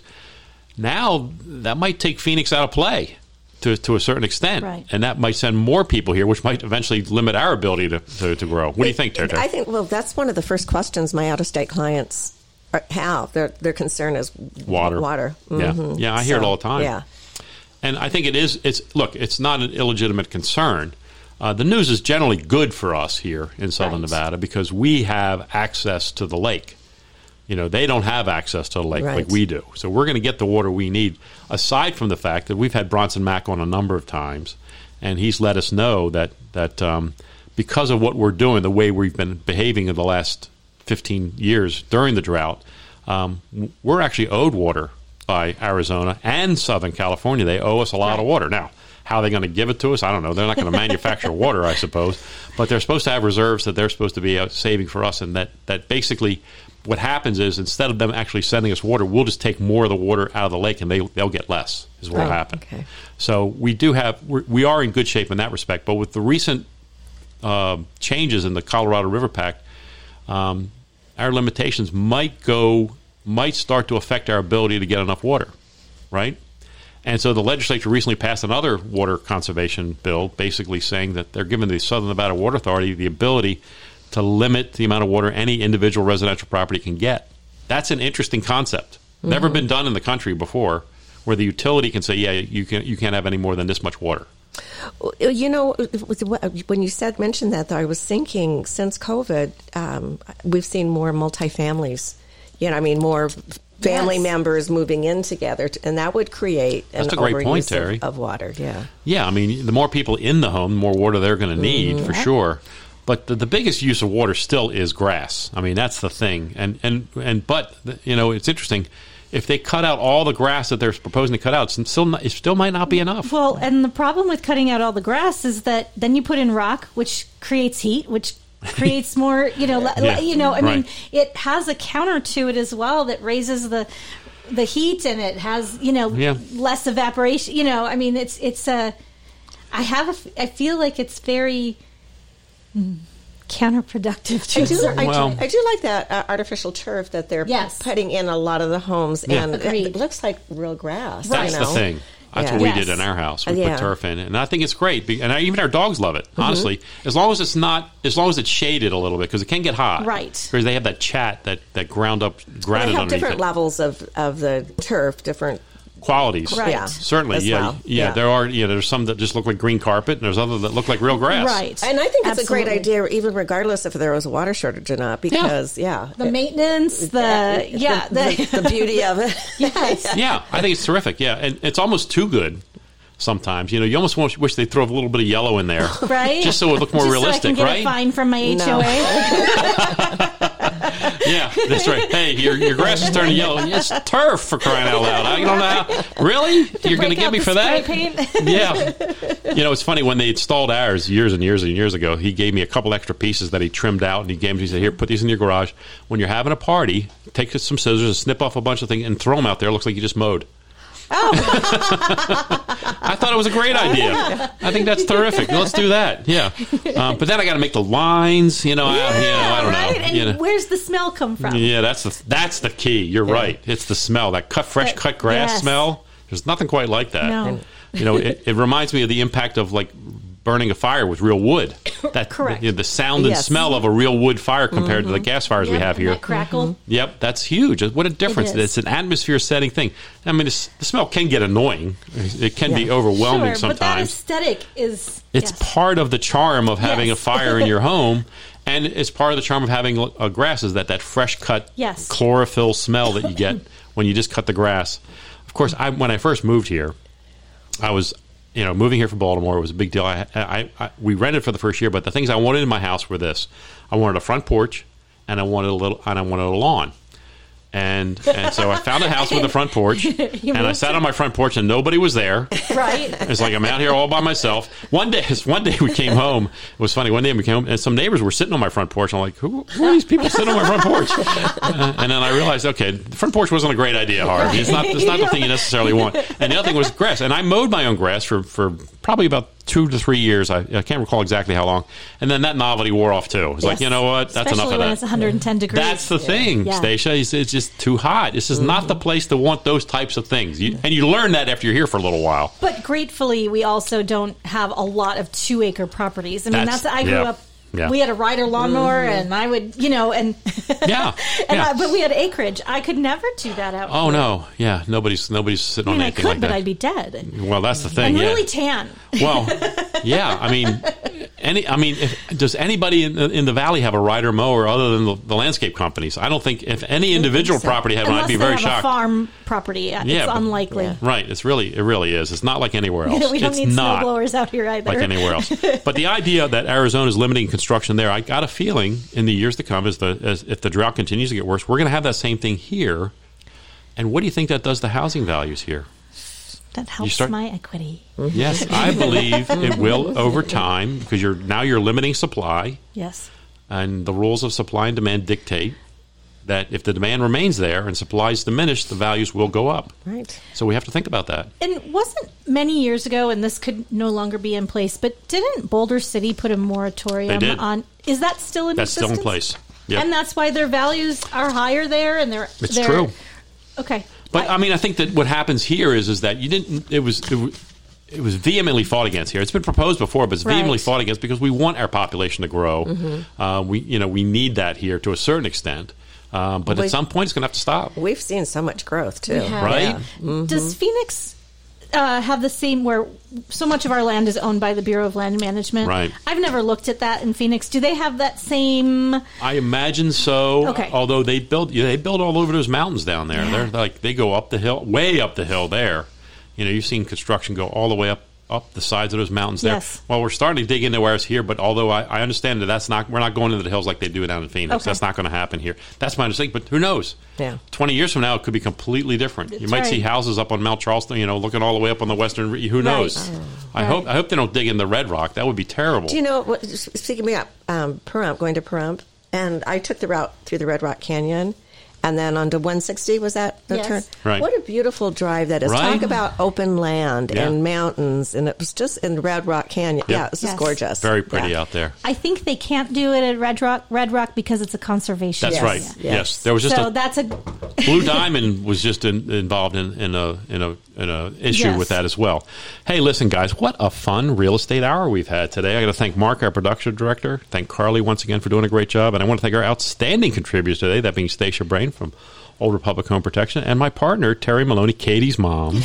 Speaker 1: Now that might take Phoenix out of play to, to a certain extent,
Speaker 4: Right.
Speaker 1: and that might send more people here, which might eventually limit our ability to, to, to grow. What do you think, Terry?
Speaker 3: I think well, that's one of the first questions my out-of-state clients are- have. Their their concern is
Speaker 1: Water.
Speaker 3: Water.
Speaker 1: Yeah.
Speaker 3: Mhm.
Speaker 1: Yeah, I hear it
Speaker 3: So,
Speaker 1: all the time.
Speaker 3: Yeah.
Speaker 1: And I think it is. It's look. It's not an illegitimate concern. Uh, the news is generally good for us here in Southern
Speaker 4: Right.
Speaker 1: Nevada because we have access to the lake. You know, they don't have access to the lake like
Speaker 3: Right.
Speaker 1: we do. So we're going to get the water we need. Aside from the fact that we've had Bronson Mack on a number of times, and he's let us know that that um, because of what we're doing, the way we've been behaving in the last 15 years during the drought, um, w- we're actually owed water by Arizona and Southern California. They owe us a lot of water now. How are they going to give it to us? I don't know. They're not going to manufacture water, I suppose, but they're supposed to have reserves that they're supposed to be uh, saving for us, and that that basically what happens is instead of them actually sending us water, we'll just take more of the water out of the lake, and they they'll get less. Is what will
Speaker 3: Oh,
Speaker 1: happen.
Speaker 3: okay.
Speaker 1: So we do have we're, we are in good shape in that respect, but with the recent um changes in the Colorado River Pact, um, our limitations might go might start to affect our ability to get enough water, right? And so the legislature recently passed another water conservation bill, basically saying that they're giving the Southern Nevada Water Authority the ability to limit the amount of water any individual residential property can get. That's an interesting concept. Never been done in the country before, where the utility can say, "Yeah, you can you can't have any more than this much water."
Speaker 3: Well, You know, with- when you said mentioned that, though, I was thinking since COVID, um, we've seen more multifamilies. You know, I mean, more family
Speaker 4: Yes.
Speaker 3: members moving in together, t- and that would create an
Speaker 1: That's a great point,
Speaker 3: overuse of-
Speaker 1: Terry.
Speaker 3: Of, water. Yeah,
Speaker 1: Yeah, I mean, the more people in the home, the more water they're going to need for
Speaker 3: Mm-hmm.
Speaker 1: sure. But the, the biggest use of water still is grass. I mean, that's the thing. And and and but you know, it's interesting. If they cut out all the grass that they're proposing to cut out, it's still not, it still might not be enough.
Speaker 4: Well, and the problem with cutting out all the grass is that then you put in rock, which creates heat, which creates more. You know, le- le-
Speaker 1: Yeah.
Speaker 4: you know. I mean,
Speaker 1: Right.
Speaker 4: it has a counter to it as well that raises the the heat, and it has you know
Speaker 1: Yeah.
Speaker 4: less evaporation. You know, I mean, it's it's a. I have a. f- I feel like it's very mm, counterproductive to
Speaker 3: I
Speaker 4: a
Speaker 3: do.
Speaker 4: certain
Speaker 3: I,
Speaker 1: Well-
Speaker 3: do, I do like that uh, artificial turf that they're
Speaker 4: Yes.
Speaker 3: putting in a lot of the homes,
Speaker 1: Yeah.
Speaker 3: and
Speaker 4: Agreed.
Speaker 3: it looks like real grass. you
Speaker 1: That's
Speaker 3: know?
Speaker 1: the thing. That's
Speaker 3: Yeah.
Speaker 1: what we
Speaker 4: Yes.
Speaker 1: did in our house. We
Speaker 3: Yeah. Mm-hmm.
Speaker 1: put turf in, and I think it's great. Be- And I, even our dogs love it. Honestly, as long as it's not, as long as it's shaded a little bit, because it can get hot.
Speaker 4: Right.
Speaker 1: Because they have that chat, that that ground up,
Speaker 3: Well,
Speaker 1: grounded
Speaker 3: they have
Speaker 1: underneath
Speaker 3: different
Speaker 1: it.
Speaker 3: levels of, of the turf, different.
Speaker 1: qualities.
Speaker 4: Right.
Speaker 3: Yeah,
Speaker 1: Certainly,
Speaker 3: as
Speaker 1: yeah,
Speaker 3: well.
Speaker 1: yeah,
Speaker 3: Yeah.
Speaker 1: There are, yeah, there's some that just look like green carpet, and there's other that look like real grass.
Speaker 4: right.
Speaker 3: And I think it's a great
Speaker 4: Absolutely.
Speaker 3: idea, even regardless if there was a water shortage or not, because yeah,
Speaker 4: The maintenance, the yeah,
Speaker 3: the, the, beauty of it.
Speaker 4: yes.
Speaker 1: Yeah, I think it's terrific. Yeah, and it's almost too good. Sometimes, you know, you almost wish- wish they throw a little bit of yellow in there,
Speaker 4: Right,
Speaker 1: Just so it looked more
Speaker 4: Just
Speaker 1: realistic,
Speaker 4: so I can get
Speaker 1: right?
Speaker 4: A fine from my
Speaker 3: No.
Speaker 4: HOA.
Speaker 1: Yeah, that's right. Hey, your, your grass is turning yellow. It's turf for crying out loud. I don't know. how- Really? You're going to
Speaker 4: Break
Speaker 1: get
Speaker 4: out
Speaker 1: me
Speaker 4: the
Speaker 1: for
Speaker 4: spray
Speaker 1: that?
Speaker 4: paint.
Speaker 1: yeah. You know, it's funny when they installed ours years and years and years ago. He gave me a couple extra pieces that he trimmed out, and he gave me. He said, "Here, put these in your garage. When you're having a party, take some scissors and snip off a bunch of things and throw them out there. It looks like you just mowed."
Speaker 4: Oh.
Speaker 1: I thought it was a great idea. I think that's terrific. Let's do that. Yeah, um, but then I got to make the lines. You know, I, you know, Oh, I don't
Speaker 4: right?
Speaker 1: know.
Speaker 4: And
Speaker 1: you know.
Speaker 4: where's the smell come from?
Speaker 1: Yeah, that's the that's the key. You're right. It's the smell that cut fresh
Speaker 4: That-
Speaker 1: cut grass
Speaker 4: yes.
Speaker 1: smell. There's nothing quite like that.
Speaker 4: No.
Speaker 1: You know, it, it reminds me of the impact of like burning a fire with real wood. That
Speaker 4: Correct. Mm-hmm.
Speaker 1: you know, the sound and
Speaker 3: Yes.
Speaker 1: smell of a real wood fire compared to the gas fires we
Speaker 4: Yep,
Speaker 1: have
Speaker 4: and
Speaker 1: here. Mm-hmm.
Speaker 4: That crackle.
Speaker 1: Yep, that's huge. What a difference!
Speaker 4: is.
Speaker 1: It's an atmosphere setting thing. I mean, it's, the smell can get annoying. It can be overwhelming
Speaker 4: Sure,
Speaker 1: sometimes
Speaker 4: but that aesthetic is
Speaker 1: it's
Speaker 4: yes.
Speaker 1: part of the charm of having
Speaker 4: Yes.
Speaker 1: a fire in your home and it's part of the charm of having a grass is that that fresh cut
Speaker 4: Yes.
Speaker 1: chlorophyll smell that you get when you just cut the grass of course I, when i first moved here i was you know moving here from baltimore was a big deal I, I, I we rented for the first year but the things i wanted in my house were this i wanted a front porch and i wanted a little and i wanted a lawn and and so i found a house with a front porch and i
Speaker 4: moved
Speaker 1: sat on my front porch and nobody was there
Speaker 4: right.
Speaker 1: it's like I'm out here all by myself. One day, one day we came home. It was funny. One day we came home, and some neighbors were sitting on my front porch. I'm like, who, who are these people sitting on my front porch? Uh, and then I realized, okay, the front porch wasn't a great idea, Harvey. It's not. It's not the thing you necessarily want. And the other thing was grass. And I mowed my own grass for for probably about two to three years. I, I can't recall exactly how long. And then that novelty wore off too. It was like,
Speaker 4: Yes.
Speaker 1: you know what? That's
Speaker 4: Especially when
Speaker 1: enough
Speaker 4: it's
Speaker 1: of that.
Speaker 4: 110 degrees.
Speaker 1: That's the thing,
Speaker 4: Yeah. Mm-hmm.
Speaker 1: Stacia. It's, it's just too hot. This is not the place to want those types of things. You, and you learn that after you're here for a little while.
Speaker 4: But gratefully, we also don't have a lot of two acre properties. I mean,
Speaker 1: That's-
Speaker 4: that's, I grew
Speaker 1: yeah.
Speaker 4: up.
Speaker 1: Yeah.
Speaker 4: We had a rider lawnmower, and I would, you know, and
Speaker 1: Yeah.
Speaker 4: and
Speaker 1: yeah.
Speaker 4: I, but we had acreage. I could never do that out.
Speaker 1: oh no, yeah. Nobody's nobody's sitting
Speaker 4: I mean,
Speaker 1: on
Speaker 4: I
Speaker 1: anything
Speaker 4: could,
Speaker 1: like
Speaker 4: but
Speaker 1: that.
Speaker 4: I'd be dead
Speaker 1: well, that's the thing.
Speaker 4: and
Speaker 1: yeah.
Speaker 4: really tan.
Speaker 1: Well, yeah. I mean, any. I mean, if, does anybody in the, in the valley have a rider mower other than the, the landscape companies? I don't think if any individual property had one,
Speaker 4: Unless
Speaker 1: I'd be
Speaker 4: they
Speaker 1: very
Speaker 4: have
Speaker 1: shocked.
Speaker 4: a farm property, it's
Speaker 1: Yeah, but-
Speaker 4: unlikely.
Speaker 1: Right. It's really it really is. It's not like anywhere else.
Speaker 4: we don't
Speaker 1: it's
Speaker 4: need
Speaker 1: not
Speaker 4: snowblowers out here either.
Speaker 1: like anywhere else. but the idea that Arizona's limiting construction there, I got a feeling in the years to come, as the as if the drought continues to get worse, we're going to have that same thing here. And what do you think that does to housing values here?
Speaker 4: That helps
Speaker 1: start- Hmm?
Speaker 4: my equity.
Speaker 1: Yes, I believe it will over time because you're now you're limiting supply,
Speaker 4: Yes.
Speaker 1: and the rules of supply and demand dictate that if the demand remains there and supply is diminished, the values will go up.
Speaker 3: Right.
Speaker 1: So we have to think about that.
Speaker 4: And wasn't many years ago, and this could no longer be in place, but didn't Boulder City put a moratorium
Speaker 1: They did.
Speaker 4: on? Is that still in
Speaker 1: That's still in
Speaker 4: existence?
Speaker 1: place. Yep.
Speaker 4: And that's why their values are higher there, and they're
Speaker 1: It's
Speaker 4: they're-
Speaker 1: true.
Speaker 4: Okay,
Speaker 1: But I, mean, I think that what happens here is is that you didn't. It was. It, w- it was vehemently fought against here. It's been proposed before, but it's vehemently
Speaker 4: Right.
Speaker 1: fought against because we want our population to grow. Uh, we, you know, we need that here to a certain extent. Um, but
Speaker 3: We-
Speaker 1: at some point, it's going to have to stop,
Speaker 3: We've seen so much growth too.
Speaker 2: have.
Speaker 1: right?
Speaker 2: Yeah.
Speaker 1: Mm-hmm.
Speaker 4: does Phoenix uh, have the same where so much of our land is owned by the Bureau of Land Management?
Speaker 1: Right.
Speaker 4: I've never looked at that in Phoenix. Do they have that same?
Speaker 1: I imagine so.
Speaker 4: Okay.
Speaker 1: Although they build, yeah, they build all over those mountains down there. They're like they go up the hill, way up the hill there. You know, you've seen construction go all the way up up the sides of those mountains there.
Speaker 4: Yes.
Speaker 1: Well, we're starting to dig into where it's here, but although I, I understand that that's not, we're not going into the hills like they do down in Phoenix.
Speaker 4: Okay.
Speaker 1: That's not going to happen here. That's my understanding. But who knows?
Speaker 3: Yeah.
Speaker 1: Twenty years from now, it could be completely different. you
Speaker 4: That's
Speaker 1: might
Speaker 4: right.
Speaker 1: see houses up on Mount Charleston. You know, looking all the way up on the western. re- Who knows? I hope I hope they don't dig in the Red Rock. That would be terrible.
Speaker 3: Do you know what? s- Speaking of me up, um, Pahrump, going to Pahrump, and I took the route through the Red Rock Canyon, and then onto 160. Was that the
Speaker 4: Yes.
Speaker 3: turn?
Speaker 1: Right.
Speaker 3: What a beautiful drive that is!
Speaker 1: Right?
Speaker 3: Talk about open land
Speaker 1: Yeah.
Speaker 3: and mountains, and it was just in Red Rock Canyon. Yeah, it was just
Speaker 4: Yes.
Speaker 3: gorgeous.
Speaker 1: Very pretty
Speaker 3: Yeah.
Speaker 1: out there.
Speaker 4: I think they can't do it at Red Rock. Red Rock because it's a conservation.
Speaker 1: That's
Speaker 3: Yes.
Speaker 1: right. Yes.
Speaker 3: Yes.
Speaker 1: there was just
Speaker 4: so
Speaker 1: a
Speaker 4: that's a
Speaker 1: Blue Diamond was just in, involved in, in a in a in a issue
Speaker 4: Yes.
Speaker 1: with that as well. Hey, listen, guys, what a fun real estate hour we've had today. I got to thank Mark, our production director. Thank Carly once again for doing a great job, and I want to thank our outstanding contributors today. That being Stacia Brain from Old Republic Home Protection and my partner Terry Maloney, Katie's mom.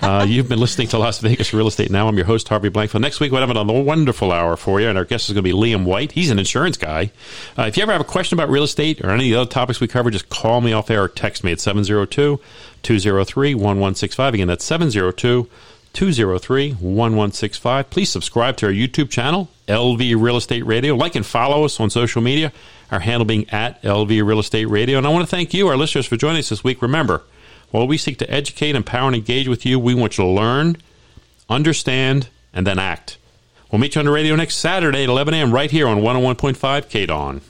Speaker 1: Uh, you've been listening to Las Vegas Real Estate Now. I'm your host, Harvey Blankfield. Next week, we'll have another wonderful hour for you, and our guest is going to be Liam White. He's an insurance guy. Uh, if you ever have a question about real estate or any of the other topics we cover, just call me off air or text me at 702 203 1165. Again, that's 702 203 1165. Please subscribe to our YouTube channel, LV Real Estate Radio. Like and follow us on social media, our handle being at LV Real Estate Radio. And I want to thank you, our listeners, for joining us this week. Remember, while we seek to educate, empower, and engage with you, we want you to learn, understand, oh and then act. We'll meet you on the radio next Saturday at 11 a.m. right here on 101.5 KDON.